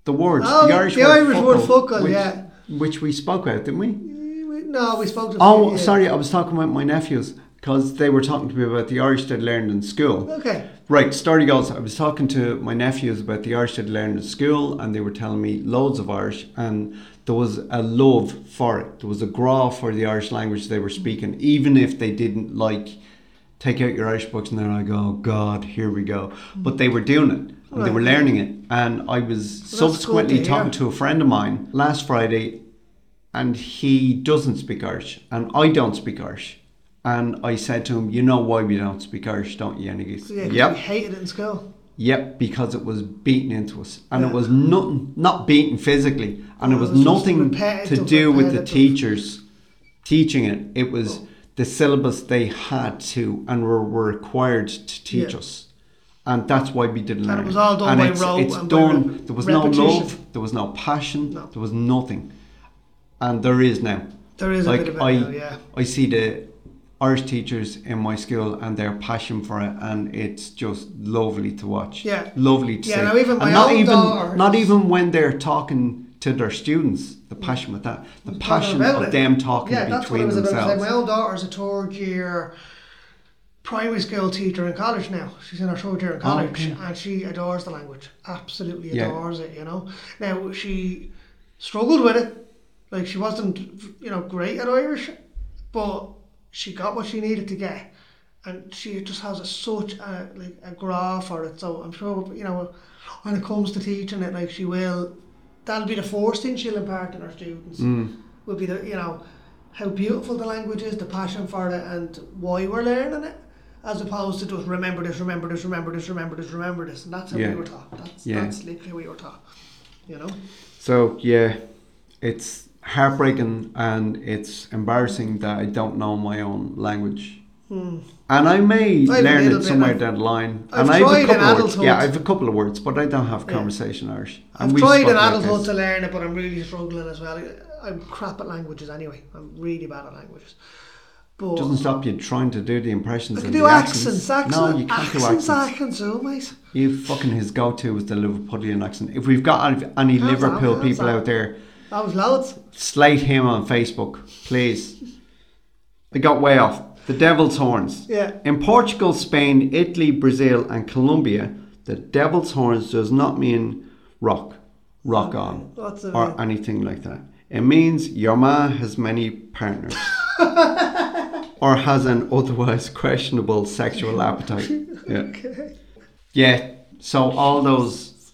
Speaker 1: the word,
Speaker 2: Oh,
Speaker 1: the Irish
Speaker 2: the
Speaker 1: word,
Speaker 2: Irish word fuckle,
Speaker 1: which,
Speaker 2: yeah.
Speaker 1: which we spoke about, didn't we?
Speaker 2: No, we spoke to.
Speaker 1: Oh,
Speaker 2: yeah.
Speaker 1: sorry, I was talking about my nephews because they were talking to me about the Irish they'd learned in school.
Speaker 2: Okay.
Speaker 1: Right, story goes, I was talking to my nephews about the Irish they'd learned in school, and they were telling me loads of Irish, and there was a love for it. There was a gra for the Irish language they were speaking, even if they didn't like take out your Irish books, and they're like, oh God, here we go. But they were doing it, and they were
Speaker 2: Right.
Speaker 1: learning it. And I was
Speaker 2: Well, that's
Speaker 1: subsequently
Speaker 2: good to
Speaker 1: talking
Speaker 2: hear.
Speaker 1: to a friend of mine last Friday, and he doesn't speak Irish, and I don't speak Irish. And I said to him, "You know why we don't speak Irish, don't you?" And he goes,
Speaker 2: So yeah, 'cause we
Speaker 1: "Yep,
Speaker 2: hated it in school.
Speaker 1: yep," because it was beaten into us, and
Speaker 2: Yeah.
Speaker 1: it was nothing, not beaten physically, and it
Speaker 2: Well,
Speaker 1: was
Speaker 2: it was just
Speaker 1: nothing to
Speaker 2: repetitive,
Speaker 1: do with the
Speaker 2: repetitive. Oh.
Speaker 1: teachers teaching it. It was the syllabus they had to and were, were required to teach
Speaker 2: Yeah.
Speaker 1: us. And that's why we didn't
Speaker 2: And it
Speaker 1: learn.
Speaker 2: was all done by
Speaker 1: it's,
Speaker 2: rote
Speaker 1: it's
Speaker 2: and by
Speaker 1: done.
Speaker 2: rep-
Speaker 1: there was no
Speaker 2: repetition.
Speaker 1: love. There was no passion.
Speaker 2: No.
Speaker 1: There was nothing. And there is now.
Speaker 2: There is
Speaker 1: like
Speaker 2: a bit of it
Speaker 1: I,
Speaker 2: now, yeah.
Speaker 1: I see the Irish teachers in my school and their passion for it, and it's just lovely to watch.
Speaker 2: Yeah.
Speaker 1: lovely to
Speaker 2: Yeah,
Speaker 1: see.
Speaker 2: now even
Speaker 1: and
Speaker 2: my
Speaker 1: not
Speaker 2: own
Speaker 1: even
Speaker 2: daughter-
Speaker 1: not even when they're talking to their students, the passion with that, the passion
Speaker 2: About
Speaker 1: of
Speaker 2: it.
Speaker 1: them talking
Speaker 2: yeah, that's what I
Speaker 1: between
Speaker 2: was about to say.
Speaker 1: themselves.
Speaker 2: My own daughter's a third year primary school teacher in college now. She's in her third year in college
Speaker 1: Oh, okay.
Speaker 2: and she adores the language. Absolutely
Speaker 1: Yeah.
Speaker 2: adores it, eh, you know. Now she struggled with it. Like she wasn't you know, great at Irish, but she got what she needed to get. And she just has a, such a like a graph for it. So I'm sure you know when it comes to teaching it, like she will that'll be the first thing she'll impart in her students will be the you know how beautiful the language is, the passion for it, and why we're learning it, as opposed to just remember this, remember this, remember this, remember this, remember this, and that's how
Speaker 1: Yeah.
Speaker 2: we were taught. That's
Speaker 1: Yeah.
Speaker 2: that's literally we were taught. You know.
Speaker 1: So yeah, it's heartbreaking and it's embarrassing that I don't know my own language. And I may
Speaker 2: I
Speaker 1: learn
Speaker 2: have a little
Speaker 1: it
Speaker 2: bit,
Speaker 1: somewhere
Speaker 2: Hmm. I've-
Speaker 1: down the line.
Speaker 2: I've
Speaker 1: and I have
Speaker 2: tried
Speaker 1: a
Speaker 2: in
Speaker 1: couple of words.
Speaker 2: adulthood.
Speaker 1: Yeah, I have a couple of words, but I don't have
Speaker 2: Yeah.
Speaker 1: conversation Irish.
Speaker 2: I've
Speaker 1: And we
Speaker 2: tried
Speaker 1: spoke
Speaker 2: in
Speaker 1: about
Speaker 2: adulthood
Speaker 1: this.
Speaker 2: to learn it, but I'm really struggling as well. I'm crap at languages anyway. I'm really bad at languages. But
Speaker 1: doesn't stop you trying to do the impressions.
Speaker 2: I can
Speaker 1: and
Speaker 2: do
Speaker 1: the
Speaker 2: accents, accents,
Speaker 1: No, you can't
Speaker 2: accents, ah.
Speaker 1: do accents.
Speaker 2: I can do, mate.
Speaker 1: You fucking his go-to was the Liverpudlian accent. If we've got any
Speaker 2: Hands up,
Speaker 1: Liverpool
Speaker 2: hands
Speaker 1: people
Speaker 2: up.
Speaker 1: out there,
Speaker 2: That was loads.
Speaker 1: slate him on Facebook, please. I got way off. The devil's horns.
Speaker 2: Yeah.
Speaker 1: In Portugal, Spain, Italy, Brazil, and Colombia, the devil's horns does not mean rock, rock on,
Speaker 2: What's it
Speaker 1: or
Speaker 2: mean?
Speaker 1: anything like that. It means your ma has many partners. or has an otherwise questionable sexual appetite. Yeah.
Speaker 2: Okay.
Speaker 1: Yeah. So all those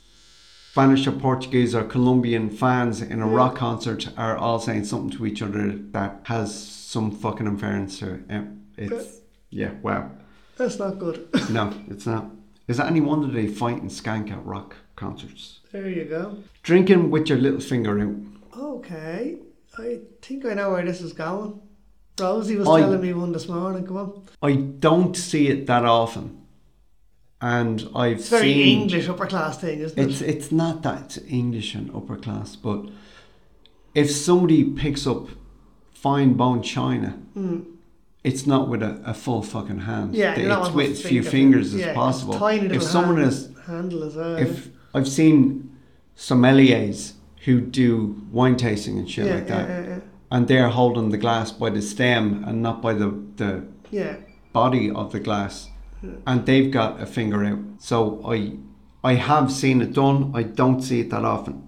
Speaker 1: Spanish or Portuguese or Colombian fans in a rock concert are all saying something to each other that has some fucking inference to it. Yeah, It's yeah, wow.
Speaker 2: That's not good.
Speaker 1: No, it's not. Is that any wonder they fight and skank at rock concerts?
Speaker 2: there you go.
Speaker 1: Drinking with your little finger out.
Speaker 2: Okay, I think I know where this is going. Rosie was
Speaker 1: I-
Speaker 2: telling me one this morning. Come on,
Speaker 1: I don't see it that often, and I've
Speaker 2: it's very
Speaker 1: seen
Speaker 2: English upper class thing, isn't it?
Speaker 1: It's it's not that it's English and upper class, but if somebody picks up fine bone china, it's not with a, a full fucking hand.
Speaker 2: Mm. Yeah,
Speaker 1: Th-
Speaker 2: you know
Speaker 1: it's
Speaker 2: what
Speaker 1: with
Speaker 2: I'm
Speaker 1: as few
Speaker 2: thinking.
Speaker 1: fingers
Speaker 2: Yeah,
Speaker 1: as possible.
Speaker 2: Tiny
Speaker 1: if
Speaker 2: little uh,
Speaker 1: someone
Speaker 2: hand-
Speaker 1: is,
Speaker 2: handle as well.
Speaker 1: if I've seen sommeliers who do wine tasting and shit
Speaker 2: yeah,
Speaker 1: like
Speaker 2: yeah,
Speaker 1: that.
Speaker 2: yeah,
Speaker 1: And they're holding the glass by the stem and not by the, the
Speaker 2: yeah,
Speaker 1: body of the glass. And they've got a finger out. So I I have seen it done. I don't see it that often.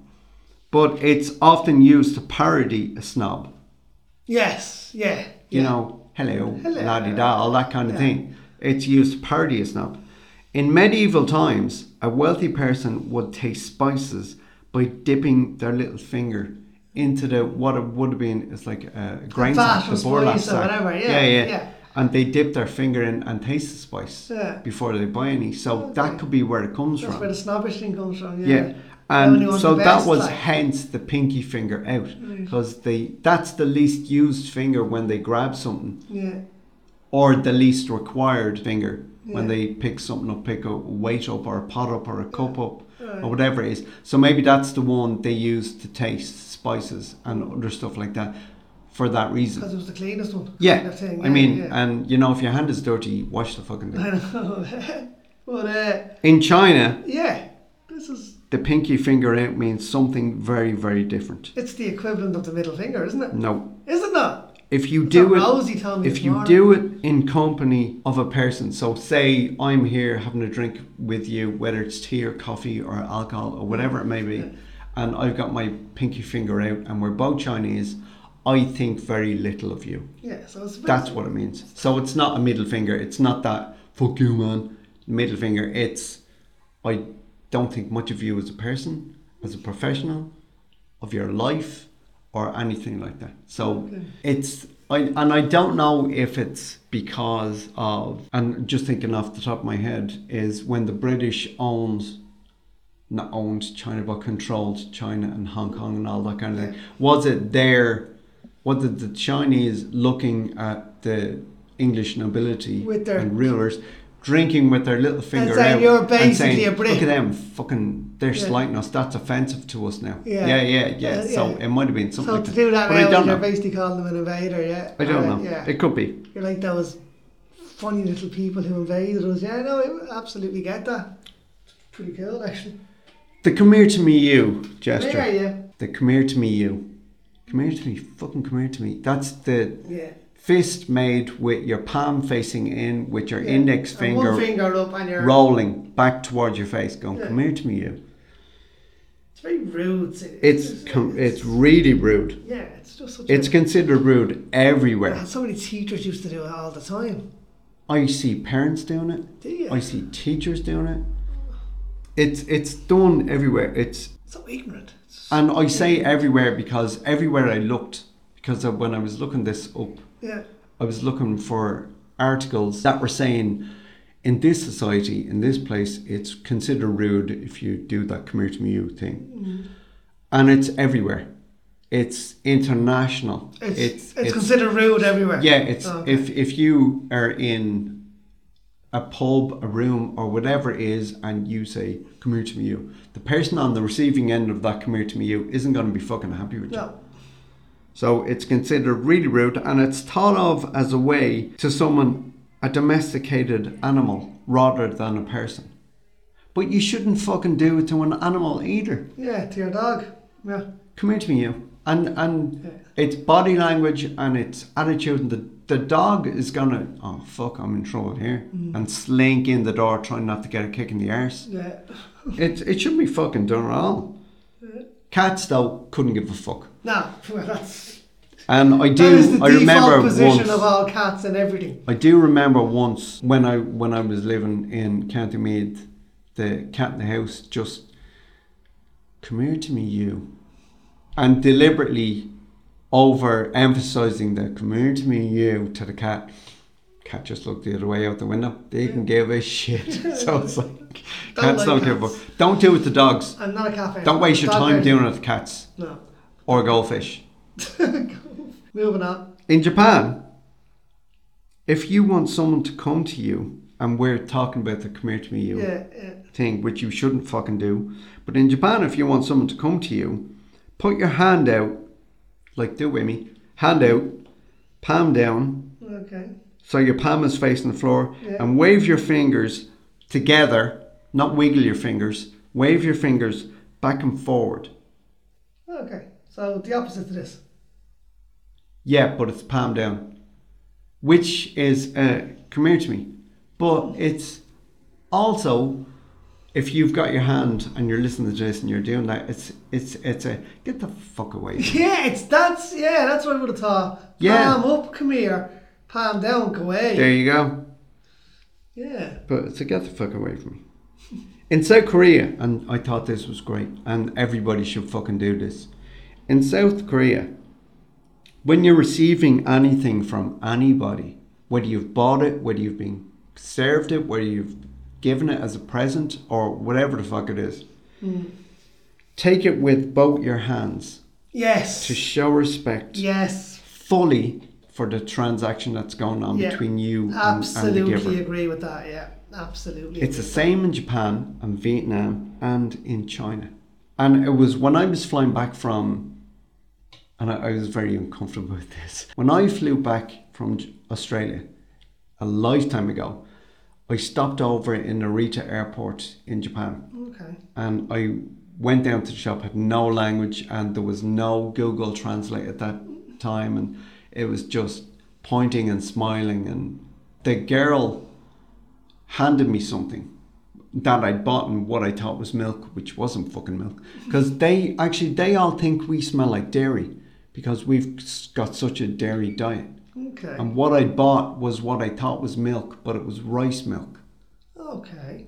Speaker 1: But it's often used to parody a snob.
Speaker 2: Yes, yeah.
Speaker 1: you know, hello,
Speaker 2: Hello.
Speaker 1: la di da, all that kind of thing. It's used to parody a snob. In medieval times, a wealthy person would taste spices by dipping their little finger into the what it would have been is like a grain
Speaker 2: vat
Speaker 1: sack,
Speaker 2: of
Speaker 1: the burlap
Speaker 2: spice or
Speaker 1: sack.
Speaker 2: whatever, yeah, yeah.
Speaker 1: And they dip their finger in and taste the spice
Speaker 2: Yeah.
Speaker 1: before they buy any. So
Speaker 2: Okay.
Speaker 1: that could be where it comes
Speaker 2: That's
Speaker 1: from.
Speaker 2: where the snobbish thing comes from. Yeah.
Speaker 1: Yeah.
Speaker 2: Knowing you
Speaker 1: And
Speaker 2: want
Speaker 1: so
Speaker 2: the
Speaker 1: that
Speaker 2: best,
Speaker 1: was
Speaker 2: like.
Speaker 1: hence the pinky finger out because they that's the least used finger when they grab something
Speaker 2: Yeah.
Speaker 1: or the least required finger when
Speaker 2: Yeah.
Speaker 1: they pick something up, pick a weight up or a pot up or a cup up
Speaker 2: Right.
Speaker 1: or whatever it is. So maybe that's the one they use to taste spices and other stuff like that for that reason.
Speaker 2: Because it was the cleanest one.
Speaker 1: Yeah.
Speaker 2: kind of thing,
Speaker 1: I mean,
Speaker 2: yeah.
Speaker 1: and you know, if your hand is dirty, wash the fucking
Speaker 2: I
Speaker 1: thing.
Speaker 2: know. but uh,
Speaker 1: In China,
Speaker 2: yeah, this is
Speaker 1: the pinky finger out means something very, very different.
Speaker 2: it's the equivalent of the middle finger, isn't it?
Speaker 1: No.
Speaker 2: Is it not?
Speaker 1: If you
Speaker 2: That's
Speaker 1: do
Speaker 2: what
Speaker 1: it
Speaker 2: Rosie told me
Speaker 1: if
Speaker 2: this
Speaker 1: you
Speaker 2: morning.
Speaker 1: do it in company of a person, so say I'm here having a drink with you, whether it's tea or coffee or alcohol or whatever it may be, and I've got my pinky finger out and we're both Chinese, I think very little of you.
Speaker 2: Yeah, so it's
Speaker 1: That's what it means. So it's not a middle finger, it's not that fuck you man middle finger. It's I don't think much of you as a person, as a professional, of your life or anything like that. So
Speaker 2: Okay.
Speaker 1: it's I and I don't know if it's because of and just thinking off the top of my head is when the British owned not owned China but controlled China and Hong Kong and all that kind of thing. Was it their was it the Chinese looking at the English nobility
Speaker 2: With their-
Speaker 1: and rulers drinking with their little finger
Speaker 2: saying,
Speaker 1: out
Speaker 2: "You're
Speaker 1: and
Speaker 2: basically
Speaker 1: saying,
Speaker 2: a Brit."
Speaker 1: Look at them fucking they're
Speaker 2: Yeah.
Speaker 1: slighting us. That's offensive to us now.
Speaker 2: Yeah.
Speaker 1: Yeah, yeah, yeah.
Speaker 2: Yeah,
Speaker 1: So
Speaker 2: yeah.
Speaker 1: it might have been something
Speaker 2: So
Speaker 1: like
Speaker 2: to
Speaker 1: that.
Speaker 2: do that
Speaker 1: but I
Speaker 2: now,
Speaker 1: don't
Speaker 2: you're
Speaker 1: know.
Speaker 2: basically calling them an invader, yeah.
Speaker 1: I don't
Speaker 2: Uh,
Speaker 1: know.
Speaker 2: Yeah.
Speaker 1: It could be.
Speaker 2: You're like those funny little people who invaded us. Yeah, no, I absolutely get that. Pretty cool, actually.
Speaker 1: The come here to me you
Speaker 2: Yeah,
Speaker 1: gesture.
Speaker 2: yeah,
Speaker 1: The come here to me you. Come here to me. Fucking come here to me. That's the
Speaker 2: yeah.
Speaker 1: fist made with your palm facing in with your
Speaker 2: yeah.
Speaker 1: index
Speaker 2: And
Speaker 1: finger,
Speaker 2: one finger up, and you're.
Speaker 1: rolling back towards your face going,
Speaker 2: Yeah.
Speaker 1: come here to me you.
Speaker 2: It's very rude. see.
Speaker 1: It's com- it's really rude.
Speaker 2: yeah, it's just such.
Speaker 1: It's
Speaker 2: a,
Speaker 1: considered rude everywhere.
Speaker 2: so many teachers used to do it all the time.
Speaker 1: I see parents doing it.
Speaker 2: Do you?
Speaker 1: I see teachers doing it. It's it's done everywhere. It's
Speaker 2: so ignorant. It's-
Speaker 1: and I say everywhere because everywhere I looked because of when I was looking this up,
Speaker 2: yeah,
Speaker 1: I was looking for articles that were saying in this society, in this place, it's considered rude if you do that come here to me you thing.
Speaker 2: Mm-hmm.
Speaker 1: And it's everywhere. It's international.
Speaker 2: it's it's, considered rude everywhere.
Speaker 1: Yeah, it's
Speaker 2: Oh,
Speaker 1: if if you are in a pub, a room, or whatever it is, and you say "come here to me," you the person on the receiving end of that "come here to me," you isn't going to be fucking happy with you.
Speaker 2: no,
Speaker 1: So it's considered really rude, and it's thought of as a way to summon a domesticated animal rather than a person. But you shouldn't fucking do it to an animal either.
Speaker 2: yeah, to your dog. Yeah,
Speaker 1: Come here to me, you. And and
Speaker 2: Yeah.
Speaker 1: it's body language and it's attitude. And the, the dog is gonna, oh fuck, I'm in trouble here,
Speaker 2: Mm.
Speaker 1: and slink in the door, trying not to get a kick in the arse.
Speaker 2: yeah.
Speaker 1: It it shouldn't be fucking done at all. Cats though couldn't give a fuck.
Speaker 2: No, well, that's
Speaker 1: And I
Speaker 2: that is
Speaker 1: do.
Speaker 2: the
Speaker 1: I remember
Speaker 2: default position
Speaker 1: once.
Speaker 2: of all cats and everything.
Speaker 1: I do remember once when I when I was living in Countymead, the cat in the house just come here to me, you, and deliberately over emphasizing the come here to me, you to the cat. Cat just looked the other way out the window. They can give a shit. so it's like cats
Speaker 2: like
Speaker 1: don't give a
Speaker 2: cats.
Speaker 1: fuck. Don't do it to dogs.
Speaker 2: I'm not a cat fan.
Speaker 1: Don't waste your
Speaker 2: Dog
Speaker 1: time
Speaker 2: person.
Speaker 1: doing it to cats
Speaker 2: No.
Speaker 1: or goldfish.
Speaker 2: Moving on.
Speaker 1: In Japan, if you want someone to come to you, and we're talking about the come here to me you
Speaker 2: Yeah, yeah.
Speaker 1: thing, which you shouldn't fucking do, but in Japan, if you want someone to come to you, put your hand out, like do with me, hand out, palm down,
Speaker 2: Okay.
Speaker 1: so your palm is facing the floor,
Speaker 2: Yeah.
Speaker 1: and wave your fingers together, not wiggle your fingers, wave your fingers back and forward.
Speaker 2: Okay, so the opposite to this.
Speaker 1: Yeah, but it's palm down, which is uh, come here to me. But it's also if you've got your hand and you're listening to this and you're doing that, it's it's it's a get the fuck away.
Speaker 2: Yeah, it's that's yeah, that's what I would have thought.
Speaker 1: Yeah.
Speaker 2: Palm up, come here. Palm down, go away.
Speaker 1: there you go.
Speaker 2: Yeah.
Speaker 1: But so get the fuck away from me. In South Korea, and I thought this was great, and everybody should fucking do this. In South Korea, when you're receiving anything from anybody, whether you've bought it, whether you've been served it, whether you've given it as a present, or whatever the fuck it is, take it with both your hands
Speaker 2: Yes.
Speaker 1: to show respect
Speaker 2: yes.
Speaker 1: fully for the transaction that's going on
Speaker 2: Yeah.
Speaker 1: between you and, and the giver.
Speaker 2: Absolutely agree with that, yeah. Absolutely.
Speaker 1: It's the same in Japan and Vietnam and in China. And it was when I was flying back from, and I, I was very uncomfortable with this. When I flew back from J- Australia a lifetime ago, I stopped over in Narita Airport in Japan
Speaker 2: okay.
Speaker 1: and I went down to the shop, had no language, and there was no Google Translate at that time, and it was just pointing and smiling. And the girl handed me something that I'd bought and what I thought was milk, which wasn't fucking milk, because they actually they all think we smell like dairy because we've s- got such a dairy diet.
Speaker 2: Okay.
Speaker 1: And what I bought was what I thought was milk, but it was rice milk
Speaker 2: okay.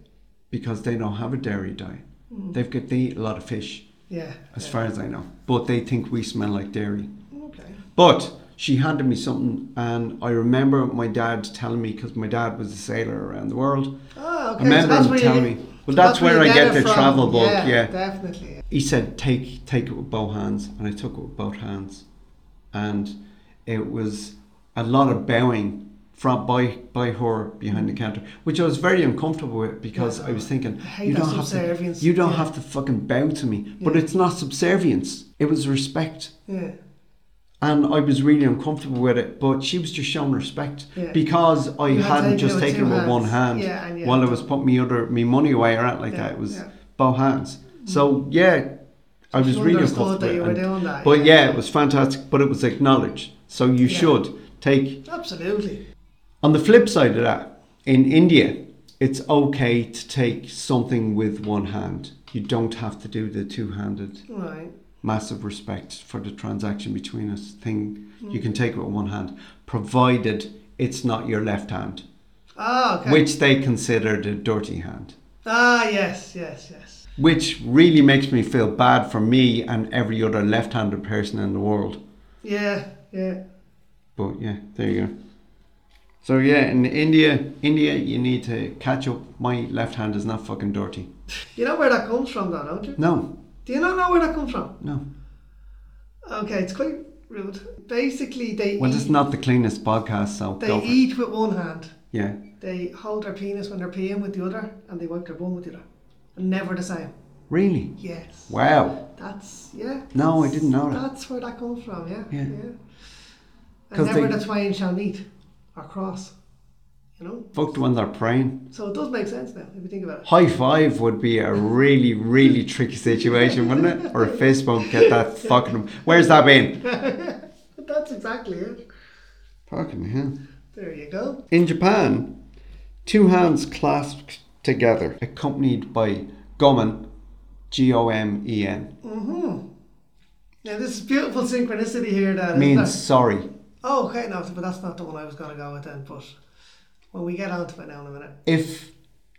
Speaker 1: because they don't have a dairy diet. They've got they eat a lot of fish,
Speaker 2: Yeah.
Speaker 1: as
Speaker 2: yeah.
Speaker 1: far as I know. But they think we smell like dairy.
Speaker 2: Okay.
Speaker 1: But she handed me something, and I remember my dad telling me because my dad was a sailor around the world.
Speaker 2: Oh, okay.
Speaker 1: I remember
Speaker 2: so that's
Speaker 1: him
Speaker 2: where you
Speaker 1: telling
Speaker 2: get-
Speaker 1: me. Well, that's where I
Speaker 2: you
Speaker 1: get
Speaker 2: it
Speaker 1: the
Speaker 2: from.
Speaker 1: travel book. Yeah,
Speaker 2: Definitely. yeah.
Speaker 1: he said, "Take take it with both hands," and I took it with both hands, and it was a lot of bowing from by by her behind the counter, which I was very uncomfortable with because I was thinking,
Speaker 2: hate
Speaker 1: "You
Speaker 2: that
Speaker 1: don't have to,
Speaker 2: subservience."
Speaker 1: you don't
Speaker 2: Yeah.
Speaker 1: have to fucking bow to me." But
Speaker 2: Yeah.
Speaker 1: it's not subservience; it was respect
Speaker 2: Yeah.
Speaker 1: and I was really uncomfortable with it. But she was just showing respect
Speaker 2: Yeah.
Speaker 1: because I
Speaker 2: You had
Speaker 1: hadn't
Speaker 2: taken it
Speaker 1: just
Speaker 2: with
Speaker 1: taken
Speaker 2: two
Speaker 1: it with one hand
Speaker 2: hands. Yeah, and you
Speaker 1: while I
Speaker 2: had
Speaker 1: was putting me other me money away or out like
Speaker 2: Yeah,
Speaker 1: that. It was
Speaker 2: yeah. Mm-hmm.
Speaker 1: both hands. So yeah, I was
Speaker 2: She
Speaker 1: really
Speaker 2: understood
Speaker 1: uncomfortable.
Speaker 2: that you were
Speaker 1: and-
Speaker 2: doing that,
Speaker 1: but
Speaker 2: yeah.
Speaker 1: yeah. it was fantastic. But it was acknowledged. So you
Speaker 2: Yeah.
Speaker 1: should take.
Speaker 2: Absolutely.
Speaker 1: On the flip side of that, in India, it's okay to take something with one hand. You don't have to do the two-handed
Speaker 2: Right.
Speaker 1: massive respect for the transaction between us thing
Speaker 2: Mm.
Speaker 1: you can take it with one hand provided it's not your left hand
Speaker 2: Ah, okay.
Speaker 1: which they consider the dirty hand
Speaker 2: Ah, yes, yes, yes.
Speaker 1: which really makes me feel bad for me and every other left-handed person in the world
Speaker 2: Yeah, yeah.
Speaker 1: but yeah there you go so yeah in india india you need to catch up my left hand is not fucking dirty
Speaker 2: You know where that comes from, though, don't you?
Speaker 1: no
Speaker 2: Do you not know where that comes from?
Speaker 1: no
Speaker 2: Okay, it's quite rude. Basically, they
Speaker 1: well it's
Speaker 2: eat,
Speaker 1: not the cleanest podcast so
Speaker 2: they
Speaker 1: go for it.
Speaker 2: eat with one hand.
Speaker 1: yeah
Speaker 2: They hold their penis when they're peeing with the other, and they wipe their bum with the other. Never the same.
Speaker 1: really
Speaker 2: Yes.
Speaker 1: wow
Speaker 2: That's yeah.
Speaker 1: No, I
Speaker 2: that's-
Speaker 1: didn't know that.
Speaker 2: That's where that comes from. Yeah.
Speaker 1: Yeah.
Speaker 2: And
Speaker 1: 'Cause
Speaker 2: never
Speaker 1: they-
Speaker 2: the twain shall meet, or cross. You know.
Speaker 1: fuck the ones that are praying
Speaker 2: So it does make sense now if you think about it.
Speaker 1: High five would be a really, really tricky situation, wouldn't it? Or a fist bump, get that fucking. Where's that been?
Speaker 2: But that's exactly it.
Speaker 1: Fucking hell.
Speaker 2: There you go.
Speaker 1: In Japan, two hands clasped together, accompanied by gomen, G O M E N,
Speaker 2: Now Mm-hmm. this is beautiful synchronicity here. That isn't
Speaker 1: means
Speaker 2: it?
Speaker 1: sorry.
Speaker 2: Oh, okay, no, but that's not the one I was going to go with then. But when we get onto it now in a minute,
Speaker 1: If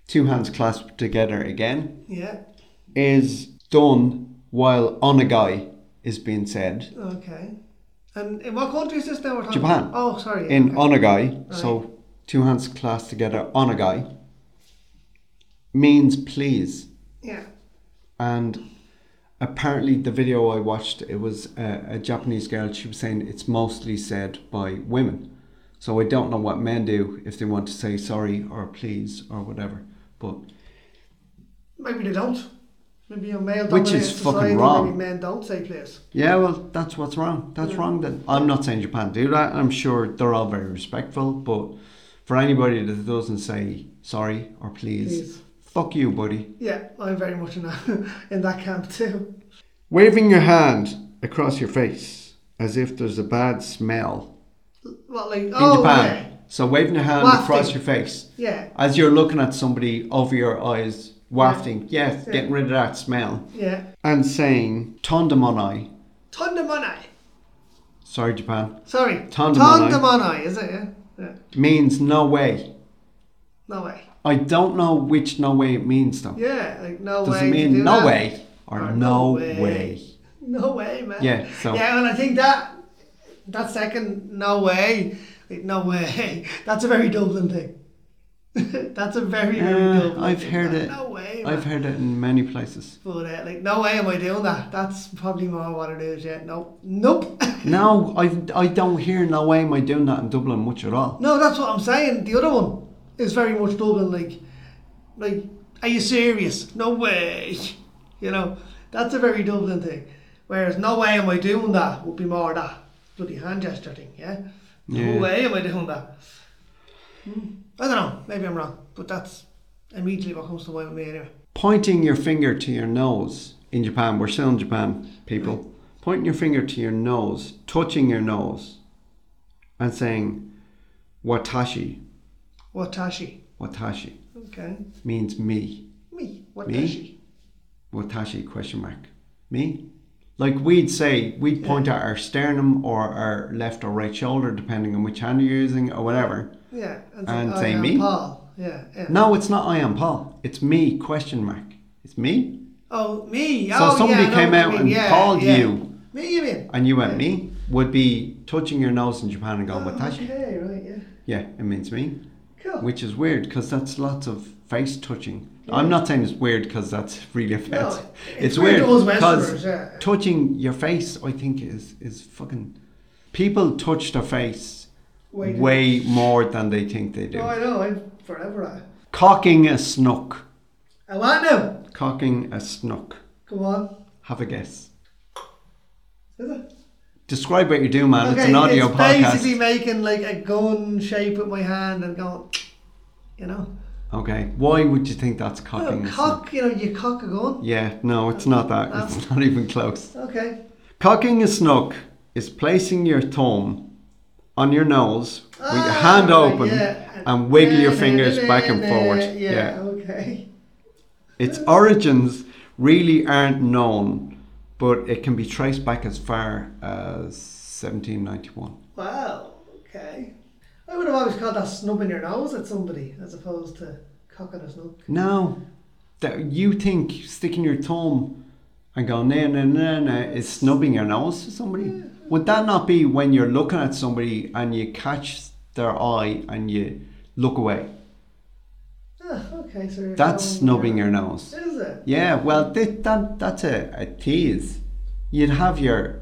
Speaker 1: two hands clasped together again
Speaker 2: yeah.
Speaker 1: is done while onagai is being said
Speaker 2: Okay. And in what country is this now we're talking
Speaker 1: Japan.
Speaker 2: about? Oh, sorry. yeah,
Speaker 1: in
Speaker 2: okay.
Speaker 1: onagai, so two hands clasped together, onagai, means please.
Speaker 2: Yeah.
Speaker 1: and apparently the video I watched it was a, a Japanese girl she was saying it's mostly said by women so I don't know what men do if they want to say sorry or please or whatever but
Speaker 2: Maybe they don't. Maybe a male
Speaker 1: Which
Speaker 2: dominated
Speaker 1: is fucking
Speaker 2: society,
Speaker 1: wrong.
Speaker 2: Maybe men don't say please.
Speaker 1: yeah well that's what's wrong that's wrong then I'm not saying Japan do that I'm sure they're all very respectful but for anybody that doesn't say sorry or please,
Speaker 2: Please.
Speaker 1: Fuck you, buddy.
Speaker 2: Yeah, I'm very much in that, in that camp too.
Speaker 1: Waving your hand across your face as if there's a bad smell
Speaker 2: Well, like
Speaker 1: in
Speaker 2: oh
Speaker 1: Japan. So waving your hand
Speaker 2: Wafting.
Speaker 1: across your face
Speaker 2: yeah,
Speaker 1: as you're looking at somebody over your eyes, wafting, yes,
Speaker 2: Yeah.
Speaker 1: getting rid of that smell,
Speaker 2: yeah, yeah.
Speaker 1: and saying "tondamonai."
Speaker 2: Tondamonai.
Speaker 1: Sorry, Japan
Speaker 2: Sorry,
Speaker 1: Tondamonai.
Speaker 2: Tondamonai, is it? Yeah, yeah.
Speaker 1: means no way.
Speaker 2: No way.
Speaker 1: I don't know which no way it means though.
Speaker 2: Yeah, like no
Speaker 1: Does
Speaker 2: way.
Speaker 1: it
Speaker 2: to do
Speaker 1: mean no
Speaker 2: that.
Speaker 1: way or, no way?
Speaker 2: No way, man.
Speaker 1: Yeah, so-
Speaker 2: yeah, and I think that that second no way, like, no way, that's a very Dublin thing. that's a very very
Speaker 1: Uh,
Speaker 2: Dublin.
Speaker 1: I've
Speaker 2: thing,
Speaker 1: heard
Speaker 2: man.
Speaker 1: it.
Speaker 2: No way.
Speaker 1: I've
Speaker 2: man.
Speaker 1: heard it in many places.
Speaker 2: But uh, like, no way am I doing that. That's probably more what it is. Yeah. Nope. Nope.
Speaker 1: No, I I don't hear no way am I doing that in Dublin much at all.
Speaker 2: no, that's what I'm saying. The other one is very much Dublin. Like, like, are you serious? No way. You know, that's a very Dublin thing. Whereas, no way am I doing that would be more that bloody hand gesture thing. Yeah.
Speaker 1: Yeah.
Speaker 2: No way am I doing that. Hmm. I don't know. Maybe I'm wrong, but that's immediately what comes to mind with me anyway.
Speaker 1: Pointing your finger to your nose in Japan. We're still in Japan, people. Pointing your finger to your nose, touching your nose, and saying "watashi."
Speaker 2: Watashi.
Speaker 1: Watashi
Speaker 2: Okay.
Speaker 1: means me.
Speaker 2: Me. Watashi.
Speaker 1: Watashi question mark me. Like we'd say, we'd point at our sternum or our left or right shoulder, depending on which hand you're using or whatever.
Speaker 2: Yeah.
Speaker 1: And
Speaker 2: I
Speaker 1: say
Speaker 2: am
Speaker 1: me.
Speaker 2: Paul. Yeah. yeah.
Speaker 1: No, it's not I am Paul. It's me question mark. It's me.
Speaker 2: Oh, me.
Speaker 1: So
Speaker 2: oh,
Speaker 1: somebody
Speaker 2: yeah, I know
Speaker 1: came
Speaker 2: what you
Speaker 1: out
Speaker 2: mean.
Speaker 1: and
Speaker 2: yeah,
Speaker 1: called
Speaker 2: yeah.
Speaker 1: you,
Speaker 2: Me, you mean?
Speaker 1: and you went me. Would be touching your nose in Japan and going watashi.
Speaker 2: Okay, right, yeah.
Speaker 1: Yeah, it means me,
Speaker 2: Cool.
Speaker 1: which is weird because that's lots of face touching. I'm not saying it's weird because that's really offensive.
Speaker 2: it's weird to us Westerners,
Speaker 1: because
Speaker 2: yeah.
Speaker 1: touching your face, I think, is is fucking. People touch their face
Speaker 2: Way
Speaker 1: way,
Speaker 2: too
Speaker 1: more than they think they do.
Speaker 2: Oh, I know, I'm forever at it.
Speaker 1: Cocking a snook.
Speaker 2: I want now.
Speaker 1: Cocking a snook.
Speaker 2: Come on.
Speaker 1: Have a guess.
Speaker 2: Is it?
Speaker 1: Describe what you do, man.
Speaker 2: okay,
Speaker 1: it's an audio
Speaker 2: it's basically
Speaker 1: podcast.
Speaker 2: making like a gun shape with my hand and going, you know.
Speaker 1: Okay, why would you think that's cocking
Speaker 2: Oh,
Speaker 1: a snook?
Speaker 2: cock, you know, you cock a gun.
Speaker 1: Yeah, no, it's not that.
Speaker 2: No.
Speaker 1: It's not even close.
Speaker 2: Okay.
Speaker 1: Cocking a snook is placing your thumb on your nose with your
Speaker 2: Ah,
Speaker 1: hand open
Speaker 2: yeah.
Speaker 1: and wiggle your fingers back and forward.
Speaker 2: Yeah,
Speaker 1: Yeah.
Speaker 2: okay.
Speaker 1: Its origins really aren't known, but it can be traced back as far as 1791.
Speaker 2: Wow, okay. I would have always called that snubbing your nose at somebody as opposed to cocking a snub.
Speaker 1: Now, that you think sticking your thumb and going na na na na is snubbing your nose to somebody? Would that not be when you're looking at somebody and you catch their eye and you look away?
Speaker 2: Ah, okay, so you're
Speaker 1: That's
Speaker 2: going-
Speaker 1: snubbing your nose.
Speaker 2: Is it?
Speaker 1: Yeah, well, thi- that, that's a, a tease. You'd have your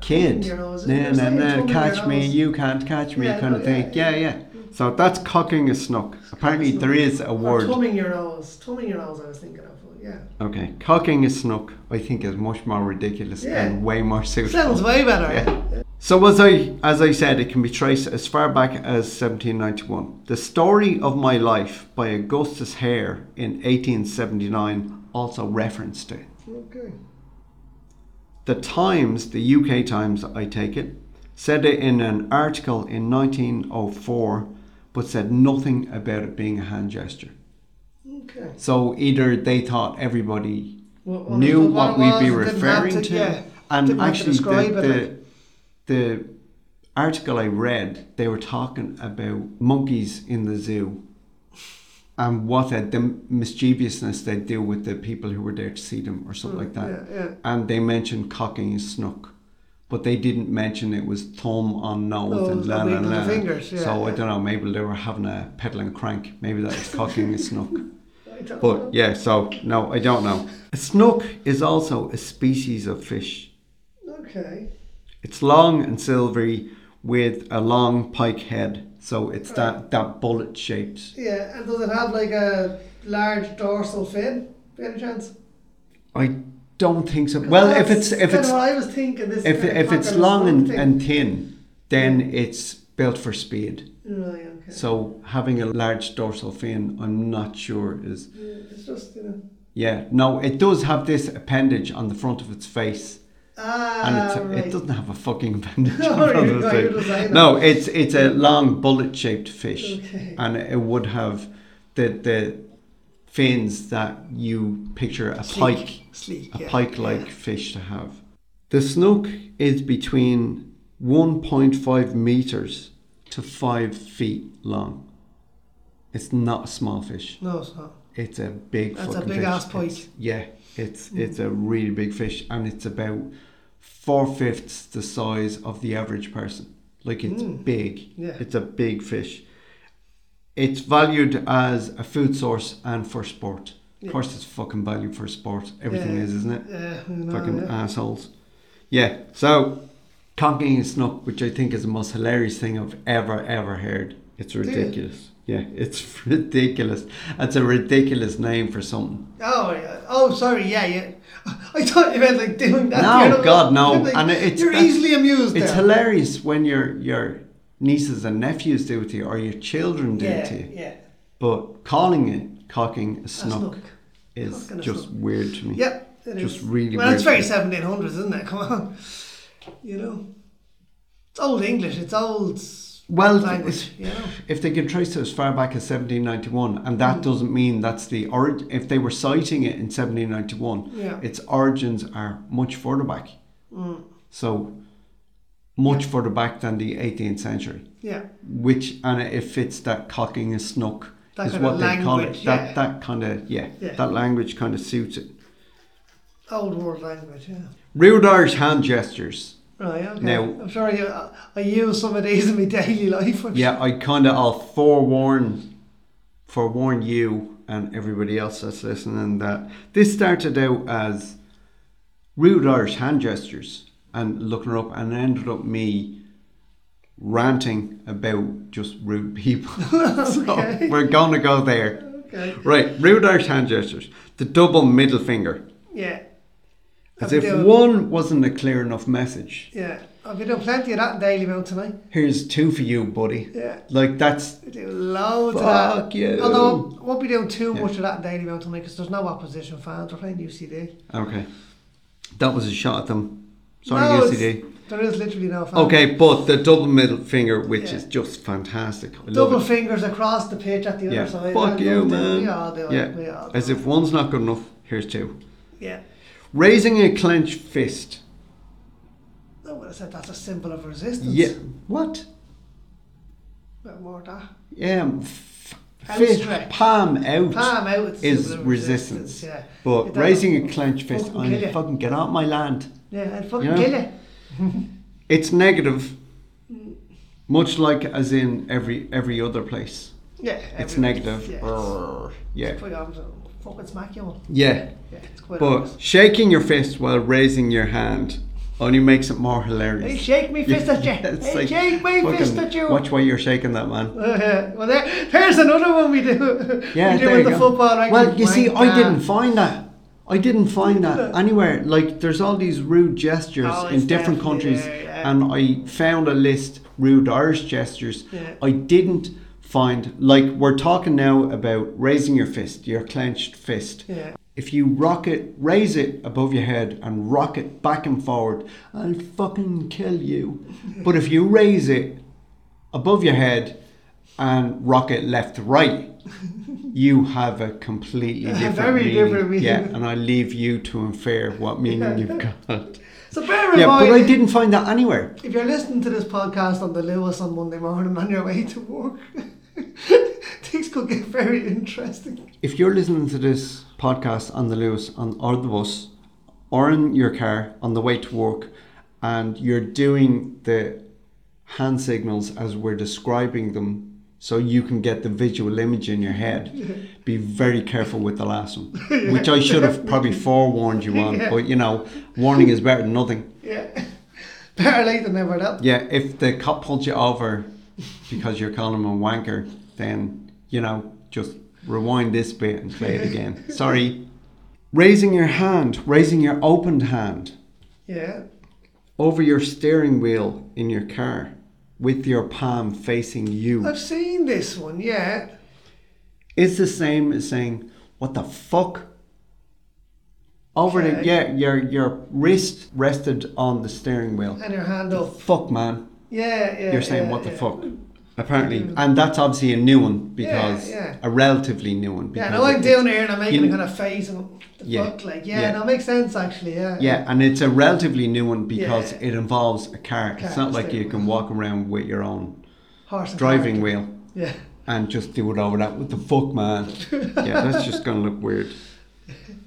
Speaker 1: kid,
Speaker 2: your nose.
Speaker 1: nah,
Speaker 2: There's
Speaker 1: nah,
Speaker 2: nothing
Speaker 1: nah,
Speaker 2: wrong with your
Speaker 1: catch me,
Speaker 2: nose."
Speaker 1: you can't catch me,
Speaker 2: Yeah,
Speaker 1: kind of
Speaker 2: no,
Speaker 1: thing.
Speaker 2: yeah,
Speaker 1: Yeah, yeah. So that's cocking a snook. Apparently,
Speaker 2: snook.
Speaker 1: there is a
Speaker 2: Or
Speaker 1: word.
Speaker 2: Tumming your nose. Tumming your nose, I was thinking of. but Yeah.
Speaker 1: Okay, cocking a snook, I think, is much more ridiculous
Speaker 2: Yeah.
Speaker 1: and way more suitable.
Speaker 2: Sounds way better.
Speaker 1: Yeah. So as I as I said, it can be traced as far back as 1791. The story of my life by Augustus Hare in 1879 also referenced it.
Speaker 2: Okay.
Speaker 1: The Times, the UK Times, I take it, said it in an article in 1904, but said nothing about it being a hand gesture.
Speaker 2: Okay.
Speaker 1: So either they thought everybody
Speaker 2: What- what
Speaker 1: knew
Speaker 2: it-
Speaker 1: what,
Speaker 2: it was,
Speaker 1: we'd be
Speaker 2: didn't have
Speaker 1: referring to,
Speaker 2: yeah.
Speaker 1: and
Speaker 2: Didn't have to
Speaker 1: actually
Speaker 2: describe
Speaker 1: the,
Speaker 2: it,
Speaker 1: the, the article I read, they were talking about monkeys in the zoo and what the, the mischievousness they do with the people who were there to see them or something like that
Speaker 2: Hmm, Yeah, yeah.
Speaker 1: and they mentioned cocking a snook, but they didn't mention it was thumb on nose
Speaker 2: Nose
Speaker 1: and
Speaker 2: and
Speaker 1: la la
Speaker 2: wiggling
Speaker 1: la.
Speaker 2: fingers, yeah,
Speaker 1: so I
Speaker 2: yeah.
Speaker 1: don't know. Maybe they were having a pedal and crank. Maybe that was cocking a snook.
Speaker 2: I don't know.
Speaker 1: But yeah, so no, I don't know. A snook is also a species of fish.
Speaker 2: Okay.
Speaker 1: It's long and silvery with a long pike head. So it's that, that bullet shaped.
Speaker 2: Yeah, and does it have like a large dorsal fin, by any chance?
Speaker 1: I don't think so. Well, if it's
Speaker 2: That's
Speaker 1: if
Speaker 2: kinda
Speaker 1: it's
Speaker 2: what I was thinking this
Speaker 1: if,
Speaker 2: kind of
Speaker 1: if
Speaker 2: cock
Speaker 1: it's
Speaker 2: and
Speaker 1: long and,
Speaker 2: thing.
Speaker 1: and thin, then it's built for speed.
Speaker 2: Right, okay.
Speaker 1: So having a large dorsal fin, I'm not sure is
Speaker 2: Yeah, it's just, you know.
Speaker 1: yeah. No, it does have this appendage on the front of its face, and
Speaker 2: Ah,
Speaker 1: it's,
Speaker 2: right.
Speaker 1: it doesn't have a fucking appendage.
Speaker 2: No,
Speaker 1: on the front of
Speaker 2: you-
Speaker 1: its
Speaker 2: no,
Speaker 1: face.
Speaker 2: you just say that.
Speaker 1: no, it's it's a long bullet-shaped fish,
Speaker 2: Okay.
Speaker 1: and it would have the the fins that you picture a
Speaker 2: Sleek,
Speaker 1: pike
Speaker 2: Sleek,
Speaker 1: a
Speaker 2: yeah,
Speaker 1: pike-like
Speaker 2: yeah.
Speaker 1: fish to have. The snook is between 1.5 meters to 5 feet long. It's not a small fish.
Speaker 2: No, it's not.
Speaker 1: It's a big
Speaker 2: That's a
Speaker 1: fucking
Speaker 2: big
Speaker 1: fish.
Speaker 2: ass Hmm. pike.
Speaker 1: It's- yeah, it's it's a really big fish and it's about four fifths the size of the average person. Like it's big.
Speaker 2: Hmm. Yeah.
Speaker 1: It's a big fish. It's valued as a food source and for sport.
Speaker 2: Yeah.
Speaker 1: Of course it's fucking valued for sport. Everything
Speaker 2: Yeah.
Speaker 1: is, isn't it?
Speaker 2: Yeah, you know,
Speaker 1: fucking uh,
Speaker 2: yeah.
Speaker 1: assholes. Yeah. So, conking a snook, which I think is the most hilarious thing I've ever ever heard. It's
Speaker 2: you?
Speaker 1: ridiculous. Yeah, it's ridiculous. That's a ridiculous name for something.
Speaker 2: Oh, yeah. oh, sorry. Yeah, yeah. I thought you meant like doing that.
Speaker 1: No,
Speaker 2: you know,
Speaker 1: God, no.
Speaker 2: I'm like,
Speaker 1: And it's-
Speaker 2: you're
Speaker 1: that's-
Speaker 2: easily amused.
Speaker 1: It's
Speaker 2: there.
Speaker 1: hilarious when your your nieces and nephews do it to you, or your children do it
Speaker 2: Yeah,
Speaker 1: to you.
Speaker 2: yeah.
Speaker 1: But calling it cocking a snook,
Speaker 2: snook.
Speaker 1: is
Speaker 2: Cocking a
Speaker 1: just
Speaker 2: snook.
Speaker 1: weird to me.
Speaker 2: Yep. it
Speaker 1: Just
Speaker 2: is.
Speaker 1: really
Speaker 2: Well, it's
Speaker 1: weird.
Speaker 2: very 1700s, isn't it? Come on. You know, it's old English. It's old.
Speaker 1: Well,
Speaker 2: language.
Speaker 1: it's-
Speaker 2: You know.
Speaker 1: if they can trace it as far back as 1791, and that
Speaker 2: Mm.
Speaker 1: doesn't mean that's the origin, if they were citing it in 1791,
Speaker 2: Yeah. Mm.
Speaker 1: its origins are much further back. So, much further back than the 18th century,
Speaker 2: Yeah.
Speaker 1: which, and it fits that cocking a snook,
Speaker 2: That
Speaker 1: is
Speaker 2: kind
Speaker 1: what
Speaker 2: of
Speaker 1: they call it.
Speaker 2: language, yeah.
Speaker 1: That, that kind of, yeah,
Speaker 2: Yeah.
Speaker 1: that language kind of suits it.
Speaker 2: Old world language. Yeah.
Speaker 1: Rude Irish hand gestures.
Speaker 2: Right. Okay.
Speaker 1: Now-
Speaker 2: I'm sure you, I, I use some of these in my daily life. I'm
Speaker 1: Yeah, I kind of I'll forewarn, forewarn you and everybody else that's listening that this started out as rude Irish hand gestures and looking her up, and ended up me ranting about just rude people.
Speaker 2: Okay.
Speaker 1: So we're gonna go there.
Speaker 2: sure. Okay.
Speaker 1: Right, rude Irish hand gestures. The double middle finger,
Speaker 2: Yeah.
Speaker 1: as
Speaker 2: I'll
Speaker 1: if
Speaker 2: be doing-
Speaker 1: one wasn't a clear enough message.
Speaker 2: Yeah. I've been doing plenty of that in Daily Mail tonight.
Speaker 1: Here's two for you, buddy.
Speaker 2: Yeah.
Speaker 1: Like that's
Speaker 2: We do loads of
Speaker 1: Fuck
Speaker 2: that.
Speaker 1: you.
Speaker 2: Although I won't be doing too
Speaker 1: Yeah.
Speaker 2: much of that in Daily Mail tonight because there's no opposition fans. We're playing UCD.
Speaker 1: Okay. That was a shot at them. Sorry,
Speaker 2: no,
Speaker 1: UCD.
Speaker 2: it's- There is literally no fans.
Speaker 1: Okay, but the double middle finger, which
Speaker 2: Yeah.
Speaker 1: is just fantastic. I
Speaker 2: Double
Speaker 1: love it.
Speaker 2: fingers across the pitch at the
Speaker 1: Yeah.
Speaker 2: other side.
Speaker 1: Fuck
Speaker 2: I
Speaker 1: you,
Speaker 2: love it.
Speaker 1: man.
Speaker 2: We all do it.
Speaker 1: yeah.
Speaker 2: We all do
Speaker 1: As
Speaker 2: it.
Speaker 1: if one's not good enough, here's two.
Speaker 2: Yeah.
Speaker 1: Raising a clenched fist.
Speaker 2: I would have said that's a symbol of resistance.
Speaker 1: Yeah. What?
Speaker 2: Bit more of that.
Speaker 1: Yeah. F- fist,
Speaker 2: Outstretched.
Speaker 1: palm out.
Speaker 2: Palm out it's a
Speaker 1: Is
Speaker 2: symbol of
Speaker 1: resistance,
Speaker 2: Yeah.
Speaker 1: But
Speaker 2: It does.
Speaker 1: raising a clenched fist,
Speaker 2: Fucking
Speaker 1: I'm
Speaker 2: kill you.
Speaker 1: fucking get out my land.
Speaker 2: Yeah, I'd fucking
Speaker 1: You know?
Speaker 2: kill you.
Speaker 1: It's negative,
Speaker 2: Mm.
Speaker 1: much like as in every every other place.
Speaker 2: Yeah.
Speaker 1: It's
Speaker 2: everybody-
Speaker 1: negative.
Speaker 2: Yeah. it's-
Speaker 1: Brrr. Yeah.
Speaker 2: it's quite obvious. Fucking smack you on.
Speaker 1: Yeah.
Speaker 2: Yeah, it's quite obvious.
Speaker 1: But shaking your fist while raising your hand only makes it more
Speaker 2: Hey,
Speaker 1: hilarious.
Speaker 2: shake me fist at you.
Speaker 1: It's
Speaker 2: Hey,
Speaker 1: like,
Speaker 2: shake me fist
Speaker 1: fucking
Speaker 2: at you. Uh,
Speaker 1: Watch why you're shaking that man.
Speaker 2: well, there, there's another one we do.
Speaker 1: Yeah,
Speaker 2: we do
Speaker 1: there
Speaker 2: with
Speaker 1: you
Speaker 2: the
Speaker 1: go.
Speaker 2: football. Right?
Speaker 1: Well, you see, I
Speaker 2: Wank
Speaker 1: didn't
Speaker 2: that.
Speaker 1: find that. I didn't find that anywhere. Like, there's all these rude gestures
Speaker 2: Oh, it's
Speaker 1: in different
Speaker 2: definitely
Speaker 1: countries,
Speaker 2: there, yeah.
Speaker 1: and I found a list rude Irish gestures.
Speaker 2: Yeah.
Speaker 1: I didn't find like we're talking now about raising your fist, your clenched fist.
Speaker 2: Yeah.
Speaker 1: If you rock it, raise it above your head and rock it back and forward, I'll fucking kill you. But if you raise it above your head and rock it left to right, you have a completely different
Speaker 2: Very
Speaker 1: meaning.
Speaker 2: different meaning.
Speaker 1: Yeah, and I leave you to infer what meaning you've got.
Speaker 2: So bear in
Speaker 1: Yeah,
Speaker 2: mind,
Speaker 1: but I didn't find that anywhere.
Speaker 2: if you're listening to this podcast on the Lewis on Monday morning on your way to work, things could get very interesting.
Speaker 1: If you're listening to this podcast on the Lewis on or the bus or in your car on the way to work and you're doing the hand signals as we're describing them so you can get the visual image in your head, be very careful with the last one. Which I should have probably forewarned you on,
Speaker 2: Yeah.
Speaker 1: but you know, warning is better than nothing.
Speaker 2: Yeah. Better late than never, that.
Speaker 1: Yeah, if the cop pulls you over because you're calling him a wanker, then you know just rewind this bit and play it again. Sorry. Raising your hand, raising your opened hand
Speaker 2: Yeah.
Speaker 1: over your steering wheel in your car with your palm facing you
Speaker 2: I've seen this one, yeah.
Speaker 1: is the same as saying, What the fuck? Over the
Speaker 2: Okay.
Speaker 1: yeah, your your wrist rested on the steering wheel.
Speaker 2: And your hand up.
Speaker 1: Fuck man.
Speaker 2: Yeah, yeah.
Speaker 1: You're saying
Speaker 2: yeah,
Speaker 1: what the
Speaker 2: yeah.
Speaker 1: fuck? Apparently. And that's obviously a new one because
Speaker 2: yeah.
Speaker 1: a relatively new one because
Speaker 2: Yeah, no, I'm
Speaker 1: it-
Speaker 2: down here and I'm making
Speaker 1: you-
Speaker 2: a kind of face and the
Speaker 1: Yeah,
Speaker 2: fuck, like, yeah,
Speaker 1: yeah.
Speaker 2: no, it makes sense actually, yeah.
Speaker 1: Yeah, and it's a relatively new one because
Speaker 2: Yeah.
Speaker 1: it involves a car.
Speaker 2: Car,
Speaker 1: It's not like you
Speaker 2: steering
Speaker 1: can walk around with your own
Speaker 2: Horse and
Speaker 1: driving
Speaker 2: cart.
Speaker 1: wheel
Speaker 2: Yeah.
Speaker 1: and just do it over that. What the fuck, man? yeah, that's just gonna look weird.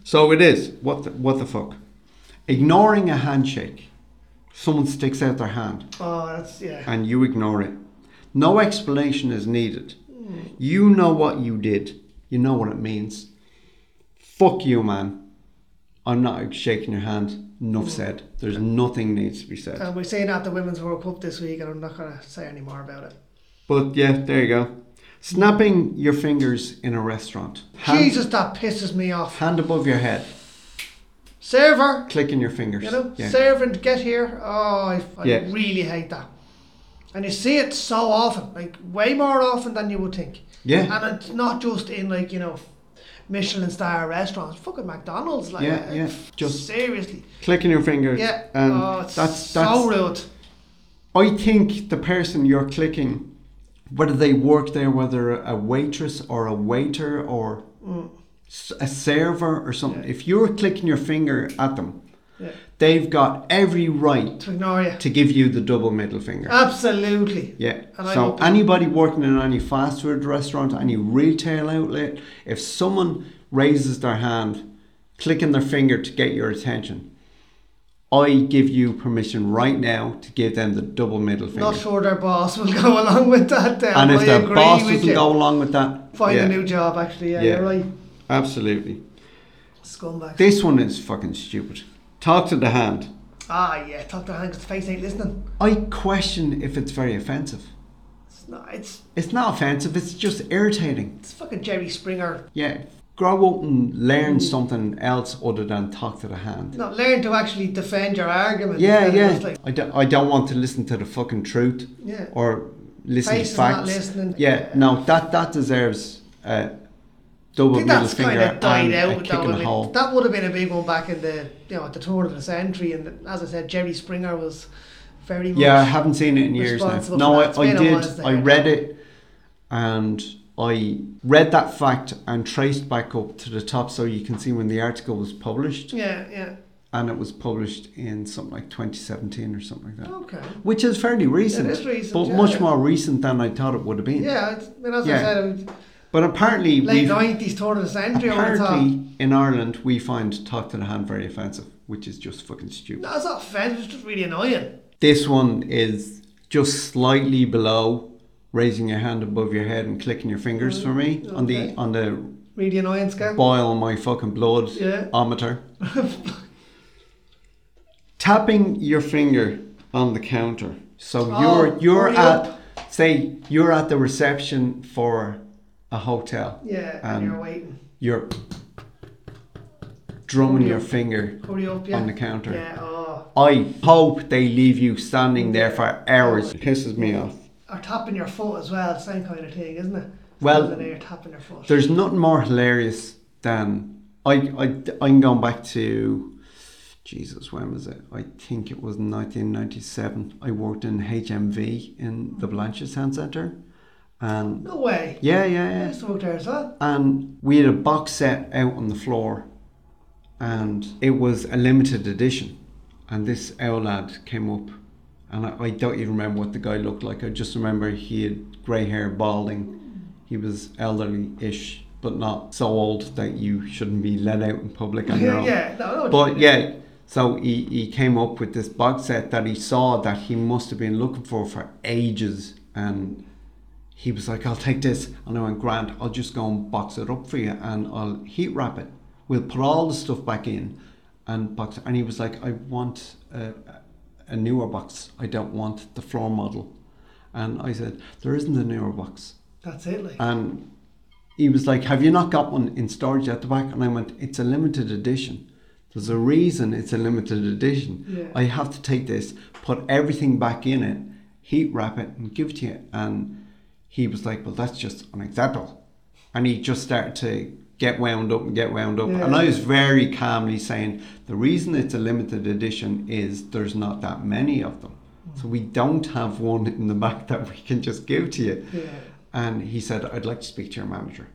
Speaker 1: So it is. What the, what the fuck? Ignoring a handshake. Someone sticks out their hand
Speaker 2: Oh, that's, yeah.
Speaker 1: and you ignore it. No explanation is needed. You know what you did. You know what it means. Fuck you, man. I'm not shaking your hand.
Speaker 2: Mm.
Speaker 1: Enough said. There's nothing needs to be said.
Speaker 2: And we're saying that the Women's World Cup this week and I'm not going to say any more about it.
Speaker 1: But yeah, there you go. Snapping your fingers in a restaurant. Hand,
Speaker 2: Jesus, that pisses me off.
Speaker 1: hand above your head.
Speaker 2: Server,
Speaker 1: Clicking your fingers.
Speaker 2: you know,
Speaker 1: yeah.
Speaker 2: servant, get here. Oh, I, I
Speaker 1: Yeah.
Speaker 2: really hate that. And you see it so often, like way more often than you would think.
Speaker 1: Yeah.
Speaker 2: And it's not just in like, you know, Michelin star restaurants, fucking McDonald's. Like,
Speaker 1: Yeah, yeah. Just-
Speaker 2: seriously.
Speaker 1: Clicking your fingers.
Speaker 2: Yeah.
Speaker 1: And
Speaker 2: oh, it's
Speaker 1: that's that's
Speaker 2: so rude.
Speaker 1: I think the person you're clicking, whether they work there, whether a waitress or a waiter or s a a server or something, if you're clicking your finger at them,
Speaker 2: Yeah.
Speaker 1: they've got every right
Speaker 2: To ignore you.
Speaker 1: to give you the double middle finger.
Speaker 2: Absolutely.
Speaker 1: Yeah.
Speaker 2: Uh, And I
Speaker 1: so
Speaker 2: hope-
Speaker 1: anybody working in any fast food restaurant, any retail outlet, if someone raises their hand, clicking their finger to get your attention, I give you permission right now to give them the double middle finger.
Speaker 2: Not sure their boss will go along with that. Then.
Speaker 1: and if
Speaker 2: I
Speaker 1: their
Speaker 2: agree
Speaker 1: boss
Speaker 2: with
Speaker 1: doesn't
Speaker 2: you.
Speaker 1: go along with that,
Speaker 2: find
Speaker 1: yeah,
Speaker 2: a new job, actually. Yeah,
Speaker 1: Yeah.
Speaker 2: you're right.
Speaker 1: absolutely.
Speaker 2: Scumbags.
Speaker 1: This one is fucking stupid. Talk to the hand.
Speaker 2: ah, yeah, talk to hand because the face ain't listening.
Speaker 1: I question if it's very offensive.
Speaker 2: It's not. It's
Speaker 1: It's not offensive. It's just irritating.
Speaker 2: it's fucking Jerry Springer.
Speaker 1: Yeah, grow up and learn something else other than talk to the hand.
Speaker 2: No, learn to actually defend your argument.
Speaker 1: Yeah,
Speaker 2: instead of
Speaker 1: yeah.
Speaker 2: just like-
Speaker 1: I, don't, I don't want to listen to the fucking truth
Speaker 2: yeah.
Speaker 1: or listen to
Speaker 2: Face is
Speaker 1: facts.
Speaker 2: not listening.
Speaker 1: Yeah, no, that that deserves a
Speaker 2: I
Speaker 1: double
Speaker 2: think
Speaker 1: middle
Speaker 2: that's kind
Speaker 1: finger
Speaker 2: of died
Speaker 1: and a
Speaker 2: out.
Speaker 1: kick
Speaker 2: though.
Speaker 1: in
Speaker 2: I
Speaker 1: the
Speaker 2: mean,
Speaker 1: hole.
Speaker 2: that would have been a big one back in the you know at the turn of the century. And as I said, Jerry Springer was very much
Speaker 1: Yeah, I haven't seen it in years now.
Speaker 2: responsible
Speaker 1: No,
Speaker 2: for
Speaker 1: I,
Speaker 2: that. It's
Speaker 1: I
Speaker 2: been a while
Speaker 1: did.
Speaker 2: since I
Speaker 1: I
Speaker 2: heard
Speaker 1: read
Speaker 2: that.
Speaker 1: it and I read that fact and traced back up to the top so you can see when the article was published.
Speaker 2: yeah, yeah.
Speaker 1: And it was published in something like 2017 or something like that.
Speaker 2: Okay.
Speaker 1: Which is fairly recent.
Speaker 2: Oh. is recent,
Speaker 1: But
Speaker 2: yeah.
Speaker 1: much more recent than I thought it would have been.
Speaker 2: Yeah, it's- I mean, as
Speaker 1: Yeah.
Speaker 2: I said,
Speaker 1: But apparently,
Speaker 2: late
Speaker 1: we've-
Speaker 2: nineties, turn of the century. I would have thought.
Speaker 1: apparently in Ireland, we find talk to the hand very offensive, which is just fucking stupid.
Speaker 2: No, it's not offensive. It's just really annoying.
Speaker 1: This one is just slightly below raising your hand above your head and clicking your fingers for me on the
Speaker 2: okay.
Speaker 1: on the
Speaker 2: Really annoying scale.
Speaker 1: boil my fucking blood
Speaker 2: Yeah.
Speaker 1: ometer. Tapping your finger on the counter. So
Speaker 2: Oh,
Speaker 1: you're you're
Speaker 2: hurry
Speaker 1: at say you're at the reception for a hotel.
Speaker 2: Yeah,
Speaker 1: Um,
Speaker 2: and you're waiting.
Speaker 1: You're drumming
Speaker 2: Hurry
Speaker 1: your
Speaker 2: up.
Speaker 1: finger
Speaker 2: Hurry up, yeah.
Speaker 1: on the counter.
Speaker 2: Yeah, oh.
Speaker 1: I hope they leave you standing there for hours. It pisses me off.
Speaker 2: Or tapping your foot as well, same kind of thing, isn't it?
Speaker 1: Well-
Speaker 2: Standing there, tapping your foot.
Speaker 1: There's nothing more hilarious than I, I I'm going back to Jesus. When was it? I think it was 1997. I worked in HMV in the Blanchardstown Centre, and
Speaker 2: No way.
Speaker 1: yeah, yeah,
Speaker 2: I
Speaker 1: yeah.
Speaker 2: used to work there as well.
Speaker 1: And we had a box set out on the floor, and it was a limited edition. And this owl lad came up, and I, I don't even remember what the guy looked like. I just remember he had grey hair, balding. He was elderly-ish, but not so old that you shouldn't be let out in public on your
Speaker 2: Yeah,
Speaker 1: own.
Speaker 2: yeah, no, no.
Speaker 1: But yeah, so he, he came up with this box set that he saw that he must have been looking for for ages. And he was like, I'll take this. And I went, Grant, I'll just go and box it up for you and I'll heat wrap it. We'll put all the stuff back in and box it. And he was like, I want a, a newer box. I don't want the floor model. And I said, There isn't a newer box.
Speaker 2: That's it, like.
Speaker 1: And he was like, Have you not got one in storage at the back? And I went, It's a limited edition. There's a reason it's a limited edition.
Speaker 2: Yeah.
Speaker 1: I have to take this, put everything back in it, heat wrap it and give it to you. And he was like, Well, that's just an example. And he just started to get wound up and get wound up. And I was very calmly saying, The reason it's a limited edition is there's not that many of them.
Speaker 2: Mm.
Speaker 1: So we don't have one in the back that we can just give to you.
Speaker 2: Yeah.
Speaker 1: And he said, I'd like to speak to your manager.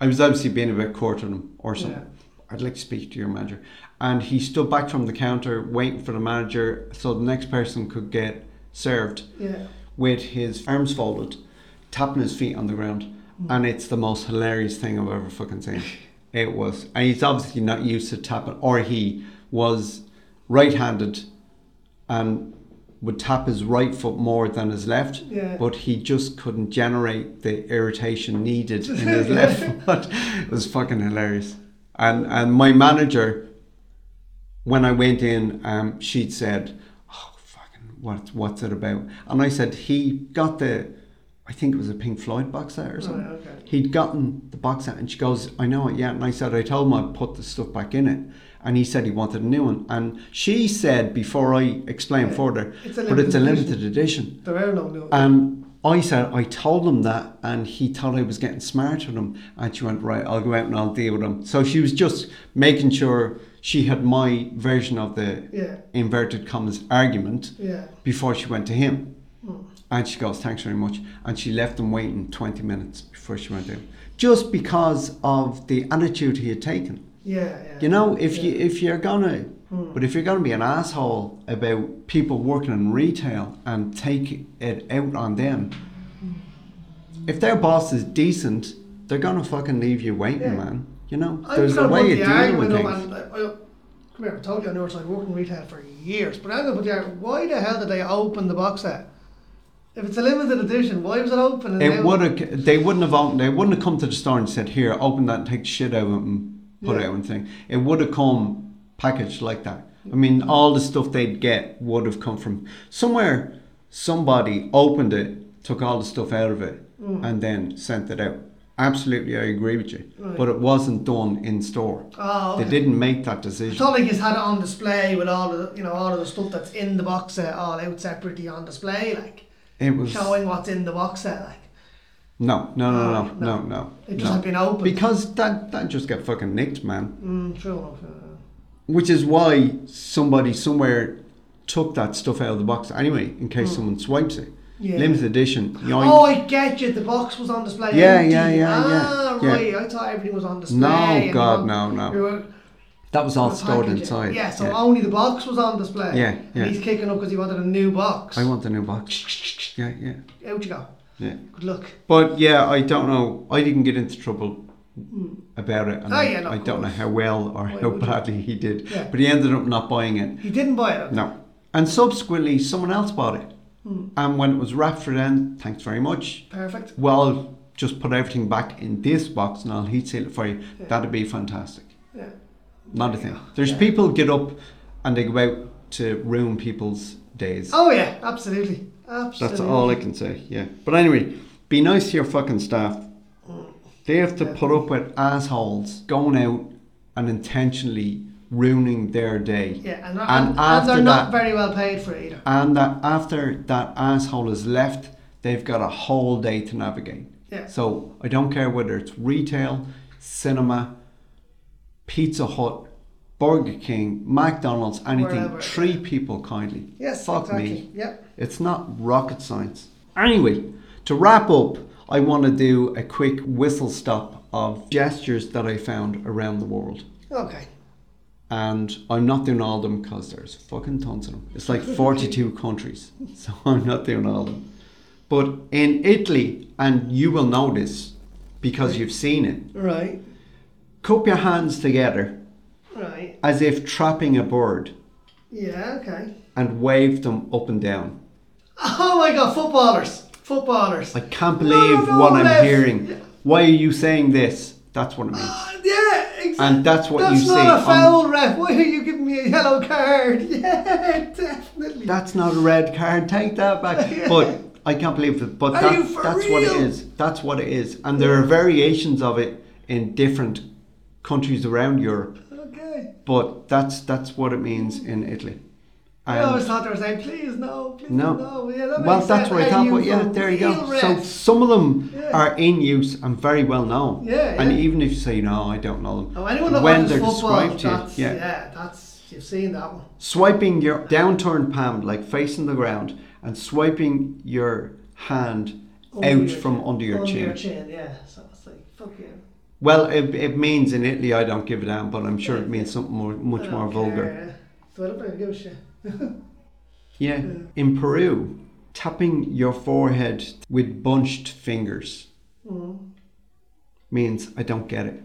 Speaker 1: I was obviously being a bit curt on him or something. I'd like to speak to your manager. And he stood back from the counter waiting for the manager so the next person could get served
Speaker 2: Yeah.
Speaker 1: with his arms folded, tapping his feet on the ground. And it's the most hilarious thing I've ever fucking seen. it was. And he's obviously not used to tapping, or he was right handed and would tap his right foot more than his left,
Speaker 2: Yeah.
Speaker 1: but he just couldn't generate the irritation needed in his left foot. It was fucking hilarious. And and my manager, when I went in, um, she'd said, "Oh, fucking, what what's it about?" And I said, "He got the, I think it was a Pink Floyd box set or something.
Speaker 2: Oh, okay.
Speaker 1: He'd gotten the box set, and she goes, "I know it, yeah." And I said, "I told him I'd put the stuff back in it." And he said he wanted a new one. And she said, before I explain
Speaker 2: Yeah.
Speaker 1: further,
Speaker 2: It's a
Speaker 1: but it's a
Speaker 2: limited
Speaker 1: limited edition.
Speaker 2: There are no new.
Speaker 1: And I said, I told him that, and he thought I was getting smart with him. And she went, Right, I'll go out and I'll deal with him. So she was just making sure she had my version of the
Speaker 2: yeah.
Speaker 1: inverted commas argument
Speaker 2: Yeah.
Speaker 1: before she went to him. And she goes, Thanks very much. And she left him waiting 20 minutes before she went in, just because of the attitude he had taken.
Speaker 2: Yeah. Yeah. Hmm.
Speaker 1: You know, if you if you're gonna, but if you're gonna be an asshole about people working in retail and take it out on them,
Speaker 2: Hmm.
Speaker 1: if their boss is decent, they're gonna fucking leave you waiting,
Speaker 2: Yeah.
Speaker 1: man. You know,
Speaker 2: I
Speaker 1: there's
Speaker 2: was
Speaker 1: a
Speaker 2: gonna
Speaker 1: way
Speaker 2: put
Speaker 1: of
Speaker 2: the
Speaker 1: dealing with
Speaker 2: argument up
Speaker 1: things.
Speaker 2: and I, I, come here, I told you I know it's like working retail for years, but I'm gonna put the argument, why the hell did they open the box set? If it's a limited edition, why was it open? and
Speaker 1: It
Speaker 2: now-
Speaker 1: would have. They wouldn't have opened. They wouldn't have come to the store and said, "Here, open that and take the shit out of it and put it
Speaker 2: Yeah.
Speaker 1: out and thing." It would have come packaged like that. I mean, all the stuff they'd get would have come from somewhere. Somebody opened it, took all the stuff out of it,
Speaker 2: Mm.
Speaker 1: and then sent it out. Absolutely, I agree with you.
Speaker 2: Right.
Speaker 1: But it wasn't done in store.
Speaker 2: Oh, okay.
Speaker 1: They didn't make that
Speaker 2: It's
Speaker 1: decision.
Speaker 2: not like he's had it on display with all of the, you know all of the stuff that's in the box set all out separately on display, like
Speaker 1: It was
Speaker 2: showing what's in the box set. Like
Speaker 1: no, no, no, no,
Speaker 2: Ah, No,
Speaker 1: no, no.
Speaker 2: it just
Speaker 1: no.
Speaker 2: had been opened.
Speaker 1: because that that just got fucking nicked, man.
Speaker 2: mm, true enough. yeah.
Speaker 1: Which is why somebody somewhere took that stuff out of the box anyway, in case someone swipes it.
Speaker 2: Hmm. Yeah.
Speaker 1: Limited edition. You know,
Speaker 2: oh, I get you. The box was on display.
Speaker 1: Yeah,
Speaker 2: empty.
Speaker 1: yeah, yeah,
Speaker 2: Ah,
Speaker 1: yeah,
Speaker 2: right. I thought everything was on display. and
Speaker 1: God,
Speaker 2: on-
Speaker 1: no, no.
Speaker 2: you were-
Speaker 1: that was all
Speaker 2: the
Speaker 1: stored
Speaker 2: packaging.
Speaker 1: inside.
Speaker 2: Yeah, so only the box was on display.
Speaker 1: Yeah, yeah.
Speaker 2: And he's kicking up because he wanted a new box.
Speaker 1: I want the new box. Yeah, yeah,
Speaker 2: Out you go.
Speaker 1: yeah.
Speaker 2: Good luck.
Speaker 1: But yeah, I don't know. I didn't get into trouble about it. And
Speaker 2: Oh,
Speaker 1: I,
Speaker 2: yeah, no,
Speaker 1: I
Speaker 2: of
Speaker 1: don't know
Speaker 2: course.
Speaker 1: how well or how
Speaker 2: would you?
Speaker 1: badly he did.
Speaker 2: Yeah.
Speaker 1: But he ended up not buying it.
Speaker 2: He didn't buy it.
Speaker 1: No. And subsequently, someone else bought it.
Speaker 2: Hmm.
Speaker 1: And when it was wrapped for them, thanks very much.
Speaker 2: Perfect.
Speaker 1: Well, just put everything back in this box and I'll heat seal it for you. That'd be fantastic.
Speaker 2: Yeah.
Speaker 1: Not a thing. There's people get up and they go out to ruin people's days.
Speaker 2: Oh yeah, absolutely, absolutely.
Speaker 1: That's all I can say, yeah. But anyway, be nice to your fucking staff. They have to put up with assholes going out and intentionally ruining their day.
Speaker 2: Yeah, and, and,
Speaker 1: And
Speaker 2: and,
Speaker 1: after
Speaker 2: they're not
Speaker 1: that-
Speaker 2: very well paid for it either.
Speaker 1: and that after that asshole has left, they've got a whole day to navigate.
Speaker 2: Yeah.
Speaker 1: So I don't care whether it's retail, cinema, Pizza Hut, Burger King, McDonald's, anything.
Speaker 2: Wherever,
Speaker 1: Treat people kindly.
Speaker 2: Yes,
Speaker 1: Fuck
Speaker 2: exactly.
Speaker 1: me.
Speaker 2: Yep.
Speaker 1: It's not rocket science. Anyway, to wrap up, I want to do a quick whistle stop of gestures that I found around the world
Speaker 2: Okay.
Speaker 1: and I'm not doing all of them because there's fucking tons of them. It's like 42 countries, so I'm not doing all of them. But in Italy, and you will know this because you've seen it,
Speaker 2: Right.
Speaker 1: cup your hands together
Speaker 2: Right.
Speaker 1: as if trapping a bird
Speaker 2: Yeah. Okay.
Speaker 1: and wave them up and down.
Speaker 2: Oh my God, footballers! Footballers.
Speaker 1: I can't believe
Speaker 2: no,
Speaker 1: what I'm
Speaker 2: Lev.
Speaker 1: hearing. Why are you saying this? That's what it means.
Speaker 2: Ah, yeah, exactly.
Speaker 1: And that's what
Speaker 2: That's
Speaker 1: you
Speaker 2: not
Speaker 1: see
Speaker 2: a
Speaker 1: on-
Speaker 2: foul, ref. Why are you giving me a yellow card? Yeah, definitely.
Speaker 1: That's not a red card. Take that back. But I can't believe it. But
Speaker 2: Are
Speaker 1: that,
Speaker 2: you for
Speaker 1: that's what it
Speaker 2: real?
Speaker 1: is. That's what it is. And there are variations of it in different countries around Europe.
Speaker 2: okay.
Speaker 1: But that's that's what it means in Italy.
Speaker 2: I always thought they were saying, please no, please
Speaker 1: No.
Speaker 2: no. Oh, Yeah, that
Speaker 1: well,
Speaker 2: makes
Speaker 1: that's
Speaker 2: sense.
Speaker 1: what I
Speaker 2: Hey,
Speaker 1: thought. But yeah,
Speaker 2: from
Speaker 1: there you go.
Speaker 2: Wheelwright.
Speaker 1: So some of them
Speaker 2: Yeah.
Speaker 1: are in use and very well known.
Speaker 2: Yeah,
Speaker 1: And
Speaker 2: yeah.
Speaker 1: even if you say no, I don't know them.
Speaker 2: oh, anyone that
Speaker 1: when
Speaker 2: watches
Speaker 1: they're
Speaker 2: football,
Speaker 1: described to you,
Speaker 2: that's,
Speaker 1: yeah.
Speaker 2: yeah. that's, you've seen that one.
Speaker 1: swiping your downturned palm, like facing the ground, and swiping your hand
Speaker 2: Under
Speaker 1: out from under your
Speaker 2: under
Speaker 1: chin.
Speaker 2: your chin, yeah. So it's like, fuck you.
Speaker 1: Well, it, it means in Italy, I don't give a damn, but I'm sure it means something more,
Speaker 2: I
Speaker 1: much
Speaker 2: don't
Speaker 1: more vulgar.
Speaker 2: care. So I don't really give a shit.
Speaker 1: Yeah.
Speaker 2: Mm.
Speaker 1: In Peru, tapping your forehead with bunched fingers
Speaker 2: Mm.
Speaker 1: means I don't get it.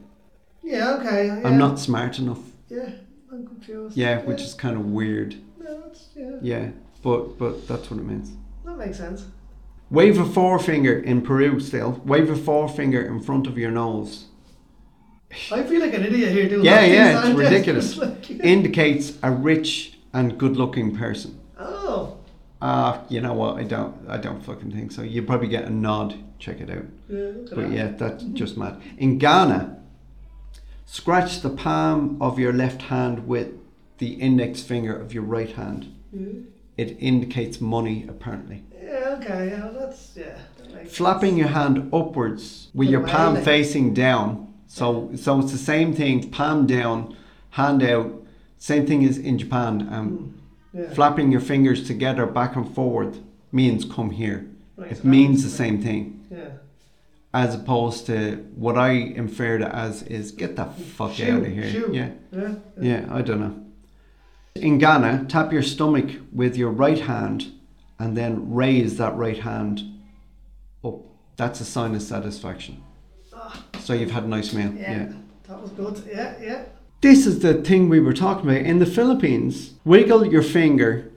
Speaker 2: Yeah, okay. Yeah.
Speaker 1: I'm not smart enough.
Speaker 2: Yeah, I'm confused.
Speaker 1: Yeah, which is kind of weird.
Speaker 2: No, that's, yeah,
Speaker 1: Yeah, but but that's what it means.
Speaker 2: that makes sense.
Speaker 1: Wave a forefinger in Peru still. Wave a forefinger in front of your nose.
Speaker 2: I feel like an idiot here doing
Speaker 1: Yeah,
Speaker 2: that thing,
Speaker 1: yeah, it's
Speaker 2: Sanchez.
Speaker 1: ridiculous.
Speaker 2: like-
Speaker 1: Indicates a rich and good-looking person.
Speaker 2: oh,
Speaker 1: Ah, you know what? I don't. I don't fucking think so. You probably get a nod. Check it out.
Speaker 2: yeah, look at
Speaker 1: But
Speaker 2: that.
Speaker 1: yeah, that's just mad. In Ghana, scratch the palm of your left hand with the index finger of your right hand.
Speaker 2: Yeah.
Speaker 1: It indicates money, apparently.
Speaker 2: Yeah, okay, yeah, that's, yeah. That makes
Speaker 1: Flapping your hand upwards with
Speaker 2: With
Speaker 1: your
Speaker 2: my
Speaker 1: palm
Speaker 2: leg.
Speaker 1: facing down. So, so it's the same thing. Palm down, hand out. Same thing as in Japan. Um,
Speaker 2: Hmm, Mm, yeah.
Speaker 1: Flapping your fingers together back and forward means come here.
Speaker 2: Right, so
Speaker 1: It
Speaker 2: that
Speaker 1: means the
Speaker 2: makes
Speaker 1: same thing.
Speaker 2: Yeah.
Speaker 1: as opposed to what I inferred it as is get the fuck
Speaker 2: Shoo,
Speaker 1: out of here.
Speaker 2: shoo.
Speaker 1: Yeah,
Speaker 2: Yeah.
Speaker 1: yeah, I don't know. In Ghana, tap your stomach with your right hand and then raise that right hand up. That's a sign of satisfaction.
Speaker 2: Ah,
Speaker 1: So you've had a nice meal.
Speaker 2: yeah.
Speaker 1: Yeah.
Speaker 2: That was good. Yeah, yeah.
Speaker 1: This is the thing we were talking about. In the Philippines, wiggle your finger.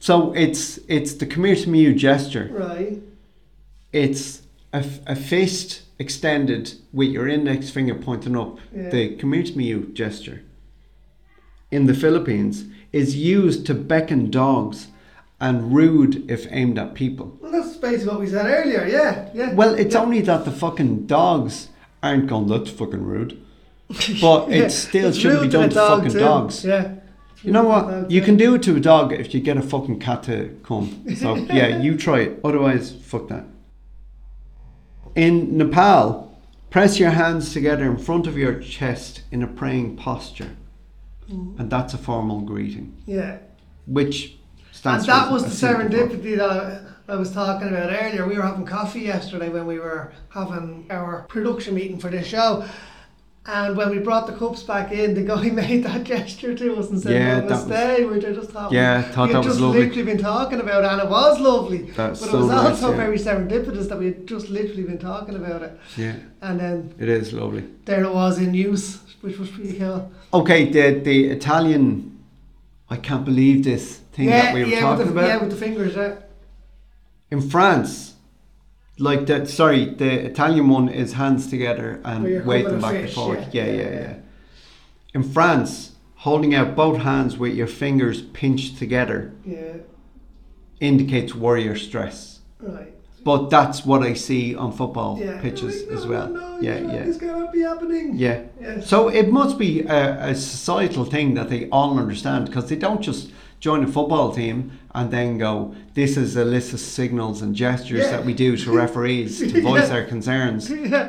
Speaker 1: So it's it's the come here to me you gesture.
Speaker 2: Right.
Speaker 1: it's a, f- a fist extended with your index finger pointing up
Speaker 2: Yeah.
Speaker 1: the come here to me you gesture in the philippines is used to beckon dogs and rude if aimed at people
Speaker 2: Well, that's basically what we said earlier. Yeah, yeah.
Speaker 1: well it's only that the fucking dogs aren't going that's fucking rude but
Speaker 2: Yeah,
Speaker 1: it still
Speaker 2: it's
Speaker 1: shouldn't be
Speaker 2: rude to
Speaker 1: done
Speaker 2: a
Speaker 1: to
Speaker 2: dog
Speaker 1: fucking
Speaker 2: too.
Speaker 1: dogs
Speaker 2: Yeah.
Speaker 1: you know
Speaker 2: Dog,
Speaker 1: what you
Speaker 2: yeah.
Speaker 1: can do it to a dog if you get a fucking cat to come so yeah you try it otherwise fuck that in nepal press your hands together in front of your chest in a praying posture
Speaker 2: Mm.
Speaker 1: and that's a formal greeting
Speaker 2: Yeah.
Speaker 1: which
Speaker 2: And
Speaker 1: stands
Speaker 2: that
Speaker 1: for
Speaker 2: was
Speaker 1: a
Speaker 2: the
Speaker 1: simple word.
Speaker 2: serendipity that I, I was talking about earlier. We were having coffee yesterday when we were having our production meeting for this show. And when we brought the cups back in, the guy made that gesture to us and said,
Speaker 1: Yeah,
Speaker 2: yeah,
Speaker 1: that was-
Speaker 2: "Namaste." we were just having,
Speaker 1: Yeah, I thought
Speaker 2: we had
Speaker 1: that was
Speaker 2: just
Speaker 1: lovely.
Speaker 2: literally been talking about, it and it was lovely.
Speaker 1: That's
Speaker 2: but
Speaker 1: so
Speaker 2: it was
Speaker 1: nice,
Speaker 2: also
Speaker 1: yeah.
Speaker 2: very serendipitous that we had just literally been talking about it,
Speaker 1: yeah
Speaker 2: and then
Speaker 1: it is lovely
Speaker 2: there it was in use, which was pretty cool.
Speaker 1: okay the the italian i can't believe this thing
Speaker 2: yeah,
Speaker 1: that we were
Speaker 2: yeah,
Speaker 1: talking
Speaker 2: with the,
Speaker 1: about
Speaker 2: yeah, with the fingers. Yeah.
Speaker 1: In France, like that. Sorry, the Italian one is hands together
Speaker 2: Where you're
Speaker 1: and wave them
Speaker 2: holding a
Speaker 1: back and
Speaker 2: fish,
Speaker 1: forward. Yeah
Speaker 2: yeah,
Speaker 1: yeah, yeah,
Speaker 2: yeah, yeah.
Speaker 1: In France, holding out both hands with your fingers pinched together
Speaker 2: yeah,
Speaker 1: indicates worry or stress.
Speaker 2: right.
Speaker 1: But that's what I see on football pitches
Speaker 2: Like, no,
Speaker 1: as well.
Speaker 2: No, no,
Speaker 1: yeah,
Speaker 2: yeah,
Speaker 1: yeah,
Speaker 2: This cannot be happening.
Speaker 1: yeah.
Speaker 2: Yes.
Speaker 1: So it must be a, a societal thing that they all understand because they don't just join a football team and then go, this is a list of signals and gestures
Speaker 2: Yeah.
Speaker 1: that we do to referees to voice
Speaker 2: Yeah.
Speaker 1: our concerns.
Speaker 2: yeah.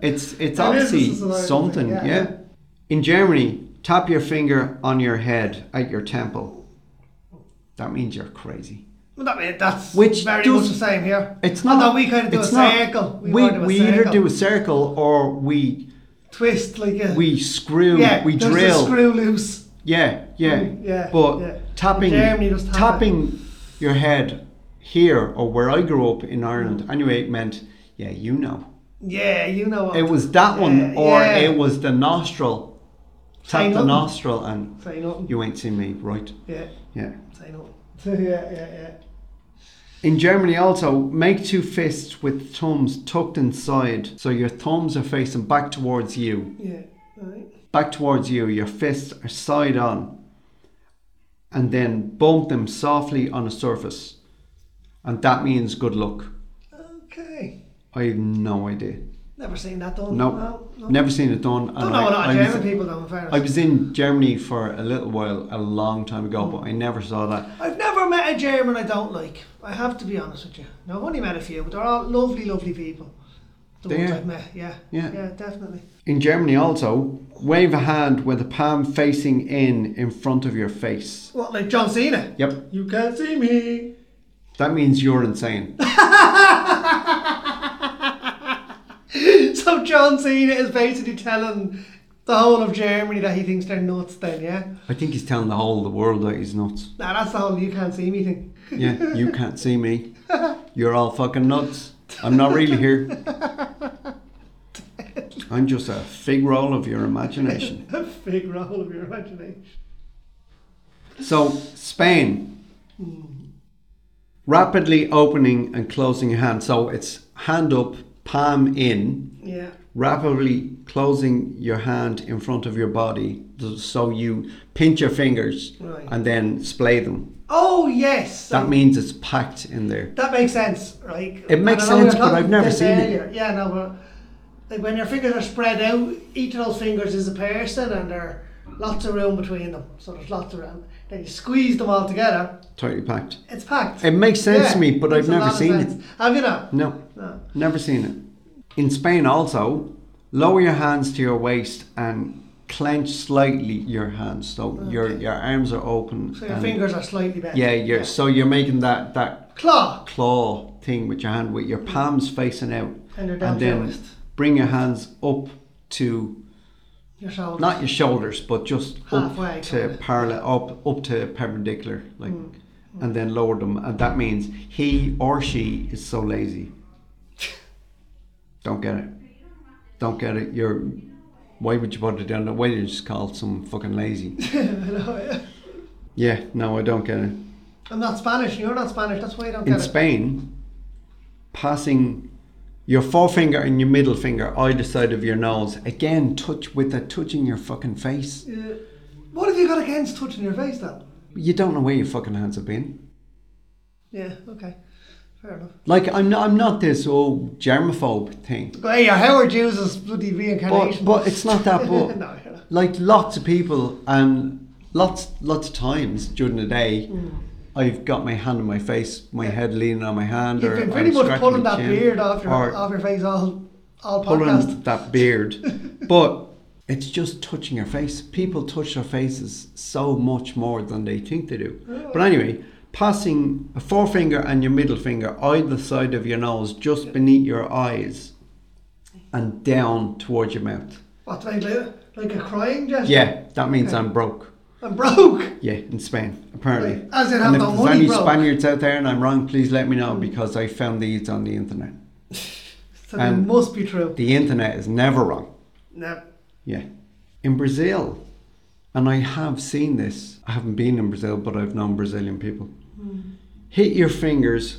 Speaker 1: It's it's
Speaker 2: That
Speaker 1: obviously
Speaker 2: is a societal
Speaker 1: something,
Speaker 2: thing,
Speaker 1: yeah.
Speaker 2: yeah.
Speaker 1: In Germany, tap your finger on your head at your temple. That means you're crazy.
Speaker 2: Well, that, mean, that's
Speaker 1: Which
Speaker 2: Which very
Speaker 1: does-
Speaker 2: much the same here.
Speaker 1: It's not.
Speaker 2: Although we kind of do
Speaker 1: it's
Speaker 2: a
Speaker 1: not-
Speaker 2: circle.
Speaker 1: We,
Speaker 2: We, kind of
Speaker 1: we
Speaker 2: a
Speaker 1: either
Speaker 2: circle.
Speaker 1: do a circle or we
Speaker 2: twist like a
Speaker 1: we screw,
Speaker 2: yeah.
Speaker 1: we
Speaker 2: there's
Speaker 1: drill.
Speaker 2: a screw loose.
Speaker 1: Yeah, yeah,
Speaker 2: Mm, yeah,
Speaker 1: But
Speaker 2: yeah.
Speaker 1: tapping,
Speaker 2: In Germany, just tap it.
Speaker 1: tapping your head here or where I grew up in Ireland.
Speaker 2: Mm.
Speaker 1: Anyway, it meant yeah, you know.
Speaker 2: Yeah, you know what.
Speaker 1: It was that one,
Speaker 2: Yeah,
Speaker 1: or
Speaker 2: yeah.
Speaker 1: it was the nostril. Tap
Speaker 2: Say
Speaker 1: the
Speaker 2: nothing.
Speaker 1: nostril, and
Speaker 2: Say nothing.
Speaker 1: you ain't seen me, right?
Speaker 2: Yeah.
Speaker 1: Yeah.
Speaker 2: Say nothing. yeah, yeah, yeah.
Speaker 1: In Germany, also make two fists with thumbs tucked inside, so your thumbs are facing back towards you.
Speaker 2: Yeah. Right.
Speaker 1: back towards you, your fists are side on, and then bump them softly on a surface. And that means good luck.
Speaker 2: Okay.
Speaker 1: I have no idea.
Speaker 2: Never seen that done.
Speaker 1: No,
Speaker 2: no.
Speaker 1: never seen it done.
Speaker 2: Don't know a lot of
Speaker 1: was-
Speaker 2: German people though, in fairness.
Speaker 1: I was in Germany for a little while, a long time ago, but I never saw that.
Speaker 2: I've never met a German I don't like. I have to be honest with you. Now, I've only met a few, but they're all lovely, lovely people. The
Speaker 1: They
Speaker 2: ones
Speaker 1: are.
Speaker 2: I've met, yeah.
Speaker 1: Yeah.
Speaker 2: Yeah, definitely.
Speaker 1: In Germany, also, wave a hand with a palm facing in in front of your face.
Speaker 2: What, like John Cena?
Speaker 1: Yep,
Speaker 2: You can't see me.
Speaker 1: that means you're insane.
Speaker 2: So John Cena is basically telling the whole of Germany that he thinks they're nuts then, yeah?
Speaker 1: I think he's telling the whole of the world that he's nuts.
Speaker 2: Nah, that's the whole you can't see me thing.
Speaker 1: Yeah, you can't see me. You're all fucking nuts. I'm not really here. I'm just a fig roll of your imagination.
Speaker 2: A big roll of your imagination.
Speaker 1: So, Spain rapidly opening and closing your hand. So, it's hand up, palm in,
Speaker 2: Yeah.
Speaker 1: rapidly closing your hand in front of your body. So, you pinch your fingers
Speaker 2: Right.
Speaker 1: and then splay them.
Speaker 2: Oh, yes. So
Speaker 1: That means it's packed in there.
Speaker 2: That makes sense, right?
Speaker 1: It makes
Speaker 2: And I know we were
Speaker 1: sense, but
Speaker 2: talking
Speaker 1: I've never
Speaker 2: this
Speaker 1: seen it.
Speaker 2: earlier. Yeah, no, but like when your fingers are spread out, each of those fingers is a person, and there are lots of room between them. So there's lots of room. Then you squeeze them all together.
Speaker 1: Tightly packed.
Speaker 2: It's packed.
Speaker 1: It makes sense to me, but
Speaker 2: makes
Speaker 1: I've
Speaker 2: a
Speaker 1: never
Speaker 2: lot of
Speaker 1: seen it.
Speaker 2: sense. Have you not?
Speaker 1: No,
Speaker 2: No.
Speaker 1: never seen it. In Spain, also, lower your hands to your waist and clench slightly your hands. So, your, your arms are open.
Speaker 2: So your
Speaker 1: and-
Speaker 2: fingers are slightly bent.
Speaker 1: Yeah, you're so you're making that that
Speaker 2: Claw.
Speaker 1: claw thing with your hand with your palms facing out,
Speaker 2: And you're down to your
Speaker 1: then
Speaker 2: wrist.
Speaker 1: bring your hands up to
Speaker 2: Your shoulders.
Speaker 1: not your shoulders, but just
Speaker 2: Halfway,
Speaker 1: up
Speaker 2: kind
Speaker 1: to
Speaker 2: of.
Speaker 1: parallel up up to perpendicular, like, and then lower them, and that means he or she is so lazy. Don't get it. Don't get it. You're. Why would you put it down? there? Why did you just call some fucking lazy? yeah, no, I don't get it.
Speaker 2: I'm not Spanish. You're not Spanish. That's why you don't
Speaker 1: in
Speaker 2: get
Speaker 1: Spain, passing your forefinger and your middle finger either side of your nose again, touch with that touching your fucking face.
Speaker 2: it. Yeah. Uh, What have you got against touching your face, though?
Speaker 1: You don't know where your fucking hands have been.
Speaker 2: Yeah. Okay. Fair enough.
Speaker 1: Like I'm not, I'm not this old germaphobe thing,
Speaker 2: Hey, your Howard Hughes is bloody
Speaker 1: but
Speaker 2: reincarnation.
Speaker 1: but it's not that. But
Speaker 2: no, you're not.
Speaker 1: like lots of people and lots lots of times during the day.
Speaker 2: Mm.
Speaker 1: I've got my hand on my face, my head leaning on my hand,
Speaker 2: You've
Speaker 1: or
Speaker 2: been
Speaker 1: I'm
Speaker 2: pretty much
Speaker 1: scratching
Speaker 2: pulling
Speaker 1: my
Speaker 2: that
Speaker 1: chin,
Speaker 2: beard off your
Speaker 1: or
Speaker 2: off your face all all podcast.
Speaker 1: pulling that beard. but it's just touching your face. People touch their faces so much more than they think they do. But anyway, passing a forefinger and your middle finger either side of your nose, just beneath your eyes, and down towards your mouth.
Speaker 2: What like li- like a crying gesture?
Speaker 1: Yeah, that means I'm broke.
Speaker 2: I'm broke.
Speaker 1: Yeah, in Spain, apparently.
Speaker 2: Right, as in have
Speaker 1: and if
Speaker 2: no
Speaker 1: there's
Speaker 2: money
Speaker 1: any
Speaker 2: broke.
Speaker 1: Spaniards out there and I'm wrong, please let me know because I found these on the internet.
Speaker 2: So
Speaker 1: And-
Speaker 2: it must be true.
Speaker 1: The internet is never wrong.
Speaker 2: No.
Speaker 1: Yeah. In Brazil, and I have seen this, I haven't been in Brazil, but I've known Brazilian people. Hit your fingers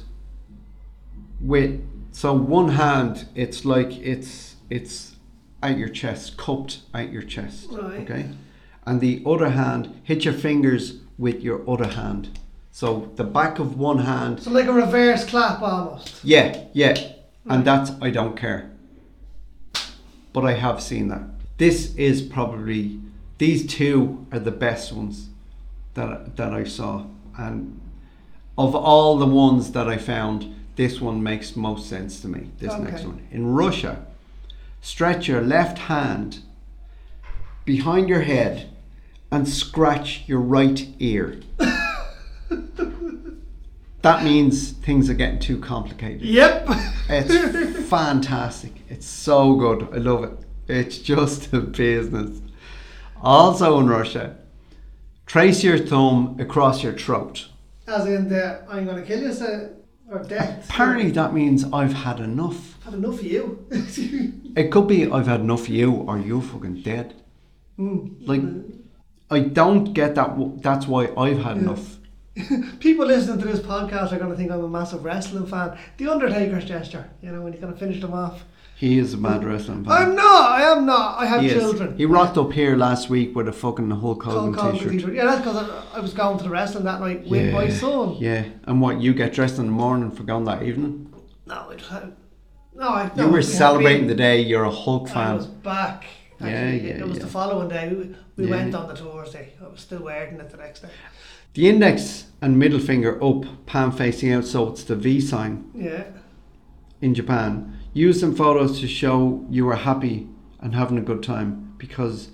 Speaker 1: with so one hand it's like it's it's at your chest, cupped at your chest.
Speaker 2: Right.
Speaker 1: Okay. And the other hand, hit your fingers with your other hand. So the back of one hand
Speaker 2: So like a reverse clap almost.
Speaker 1: yeah, yeah. And that's I don't care. But I have seen that. This is probably these two are the best ones that that I saw. And of all the ones that I found, this one makes most sense to me. This next
Speaker 2: Okay.
Speaker 1: one. In Russia, stretch your left hand behind your head and scratch your right ear. that means things are getting too complicated.
Speaker 2: Yep.
Speaker 1: Eh. It's fantastic. It's so good. I love it. It's just a business. Also in Russia, trace your thumb across your throat.
Speaker 2: As in the I'm gonna kill you so, or death.
Speaker 1: Apparently, that means I've had enough.
Speaker 2: I've had enough of you.
Speaker 1: It could be I've had enough of you, or you're fucking dead.
Speaker 2: Mm.
Speaker 1: Like, I don't get that. w- That's why I've had enough.
Speaker 2: People listening to this podcast are gonna think I'm a massive wrestling fan. The Undertaker's gesture, you know, when he's gonna finish them off.
Speaker 1: He is a mad wrestling fan.
Speaker 2: I'm not. I am not. I have
Speaker 1: he is.
Speaker 2: children.
Speaker 1: He rocked up here last week with a fucking Hulk Hogan
Speaker 2: Cold Cold
Speaker 1: t-shirt.
Speaker 2: Cathedral. Yeah, that's because I, I was going to the wrestling that night with my son.
Speaker 1: Yeah, and what you get dressed in the morning for going that evening?
Speaker 2: No, I just had No, I, no,
Speaker 1: You were
Speaker 2: we had
Speaker 1: celebrating
Speaker 2: been-
Speaker 1: the day you're a Hulk
Speaker 2: I was
Speaker 1: fan.
Speaker 2: back.
Speaker 1: Yeah,
Speaker 2: Actually,
Speaker 1: yeah,
Speaker 2: it was
Speaker 1: yeah.
Speaker 2: the following day. We, we
Speaker 1: Yeah.
Speaker 2: went on the Thursday. I was still wearing it the next day.
Speaker 1: The index and middle finger up, palm facing out, so it's the V sign
Speaker 2: Yeah.
Speaker 1: in Japan. Use some photos to show you were happy and having a good time because,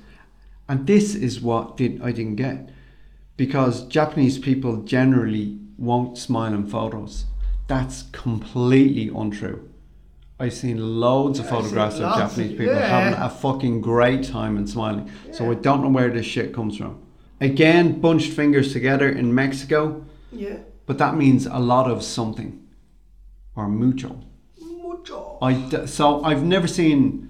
Speaker 1: and this is what did I didn't get, because Japanese people generally won't smile in photos. That's completely untrue. I've seen loads of
Speaker 2: Yeah, I've seen
Speaker 1: photographs of
Speaker 2: lots of-
Speaker 1: Japanese people
Speaker 2: yeah.
Speaker 1: having a fucking great time and smiling. So I don't know where this shit comes from. Again, bunched fingers together in Mexico,
Speaker 2: Yeah.
Speaker 1: but that means a lot of something or mucho.
Speaker 2: Mucho.
Speaker 1: I d- so I've never seen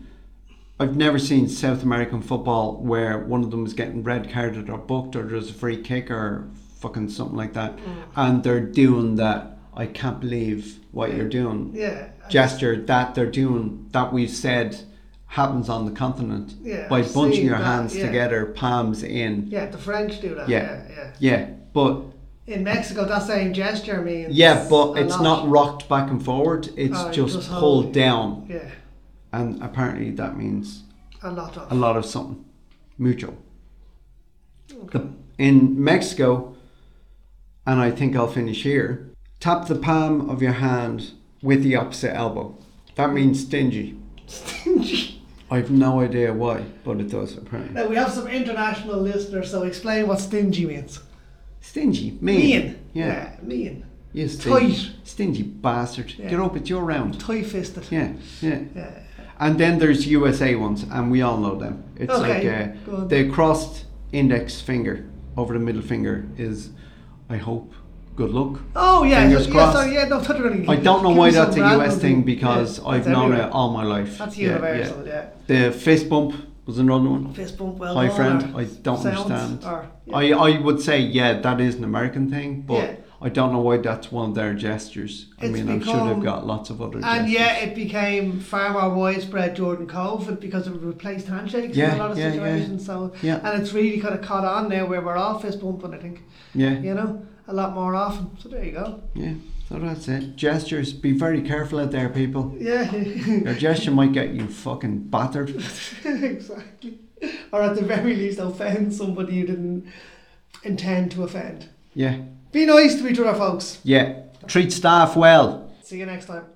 Speaker 1: I've never seen South American football where one of them is getting red carded or booked or there's a free kick or fucking something like that,
Speaker 2: Mm.
Speaker 1: and they're doing that. I can't believe what you're doing.
Speaker 2: Yeah. I-
Speaker 1: Gesture that they're doing that we've said happens on the continent
Speaker 2: Yeah,
Speaker 1: by
Speaker 2: I've
Speaker 1: bunching
Speaker 2: seen
Speaker 1: your
Speaker 2: that,
Speaker 1: hands
Speaker 2: yeah.
Speaker 1: together, palms in.
Speaker 2: yeah, the French do that.
Speaker 1: Yeah.
Speaker 2: Yeah. yeah,
Speaker 1: Yeah, but
Speaker 2: In Mexico, that same gesture means.
Speaker 1: yeah, but
Speaker 2: a
Speaker 1: it's
Speaker 2: lot.
Speaker 1: not rocked back and forward. It's
Speaker 2: Oh, it
Speaker 1: just
Speaker 2: just
Speaker 1: pulled
Speaker 2: hold-
Speaker 1: down,
Speaker 2: Yeah,
Speaker 1: and apparently that means
Speaker 2: a lot
Speaker 1: a
Speaker 2: of.
Speaker 1: lot of something. Mucho. The- in Mexico, and I think I'll finish here, tap the palm of your hand with the opposite elbow. That means stingy.
Speaker 2: Stingy.
Speaker 1: I've no idea why, but it does apparently.
Speaker 2: Now we have some international listeners, so explain what stingy means.
Speaker 1: Stingy, mean.
Speaker 2: Mean.
Speaker 1: Yeah.
Speaker 2: mean.
Speaker 1: You stingy,
Speaker 2: Tight.
Speaker 1: stingy bastard.
Speaker 2: Yeah.
Speaker 1: Get up, it's your round.
Speaker 2: Toy fisted.
Speaker 1: Yeah, yeah.
Speaker 2: Yeah.
Speaker 1: And then there's USA ones, and we all know them. It's
Speaker 2: Okay,
Speaker 1: like
Speaker 2: go
Speaker 1: uh,
Speaker 2: on.
Speaker 1: the crossed index finger over the middle finger is, I hope, good luck.
Speaker 2: Oh yeah.
Speaker 1: Fingers
Speaker 2: yeah,
Speaker 1: crossed.
Speaker 2: Sorry, yeah, no, thought you were gonna
Speaker 1: I don't know
Speaker 2: give
Speaker 1: why
Speaker 2: me some
Speaker 1: that's a
Speaker 2: random
Speaker 1: US thing because
Speaker 2: Yeah,
Speaker 1: I've
Speaker 2: that's
Speaker 1: known
Speaker 2: everywhere.
Speaker 1: it all my life.
Speaker 2: That's
Speaker 1: Yeah, yeah.
Speaker 2: universal. Yeah.
Speaker 1: The fist bump was another one.
Speaker 2: Fist bump. Well
Speaker 1: Hi,
Speaker 2: done,
Speaker 1: friend.
Speaker 2: or
Speaker 1: I don't
Speaker 2: sounds,
Speaker 1: understand.
Speaker 2: Or, yeah.
Speaker 1: I, I would say, yeah, that is an American thing, but
Speaker 2: Yeah.
Speaker 1: I don't know why that's one of their gestures. I
Speaker 2: It's
Speaker 1: mean, I'm sure
Speaker 2: become-
Speaker 1: they've got lots of other
Speaker 2: And
Speaker 1: gestures.
Speaker 2: yeah, it became far more widespread during COVID because it replaced handshakes
Speaker 1: Yeah,
Speaker 2: in a lot of
Speaker 1: yeah, yeah.
Speaker 2: situations. So
Speaker 1: Yeah.
Speaker 2: and it's really kind of caught on now where we're all fist bumping. I think
Speaker 1: yeah.
Speaker 2: you know a lot more often. So there you go.
Speaker 1: Yeah, so that's it. Gestures, be very careful out there, people.
Speaker 2: Yeah,
Speaker 1: Your gesture might get you fucking battered.
Speaker 2: exactly. Or at the very least, offend somebody you didn't intend to offend.
Speaker 1: Yeah,
Speaker 2: Be nice to each other, folks.
Speaker 1: yeah. Treat staff well.
Speaker 2: See you next time.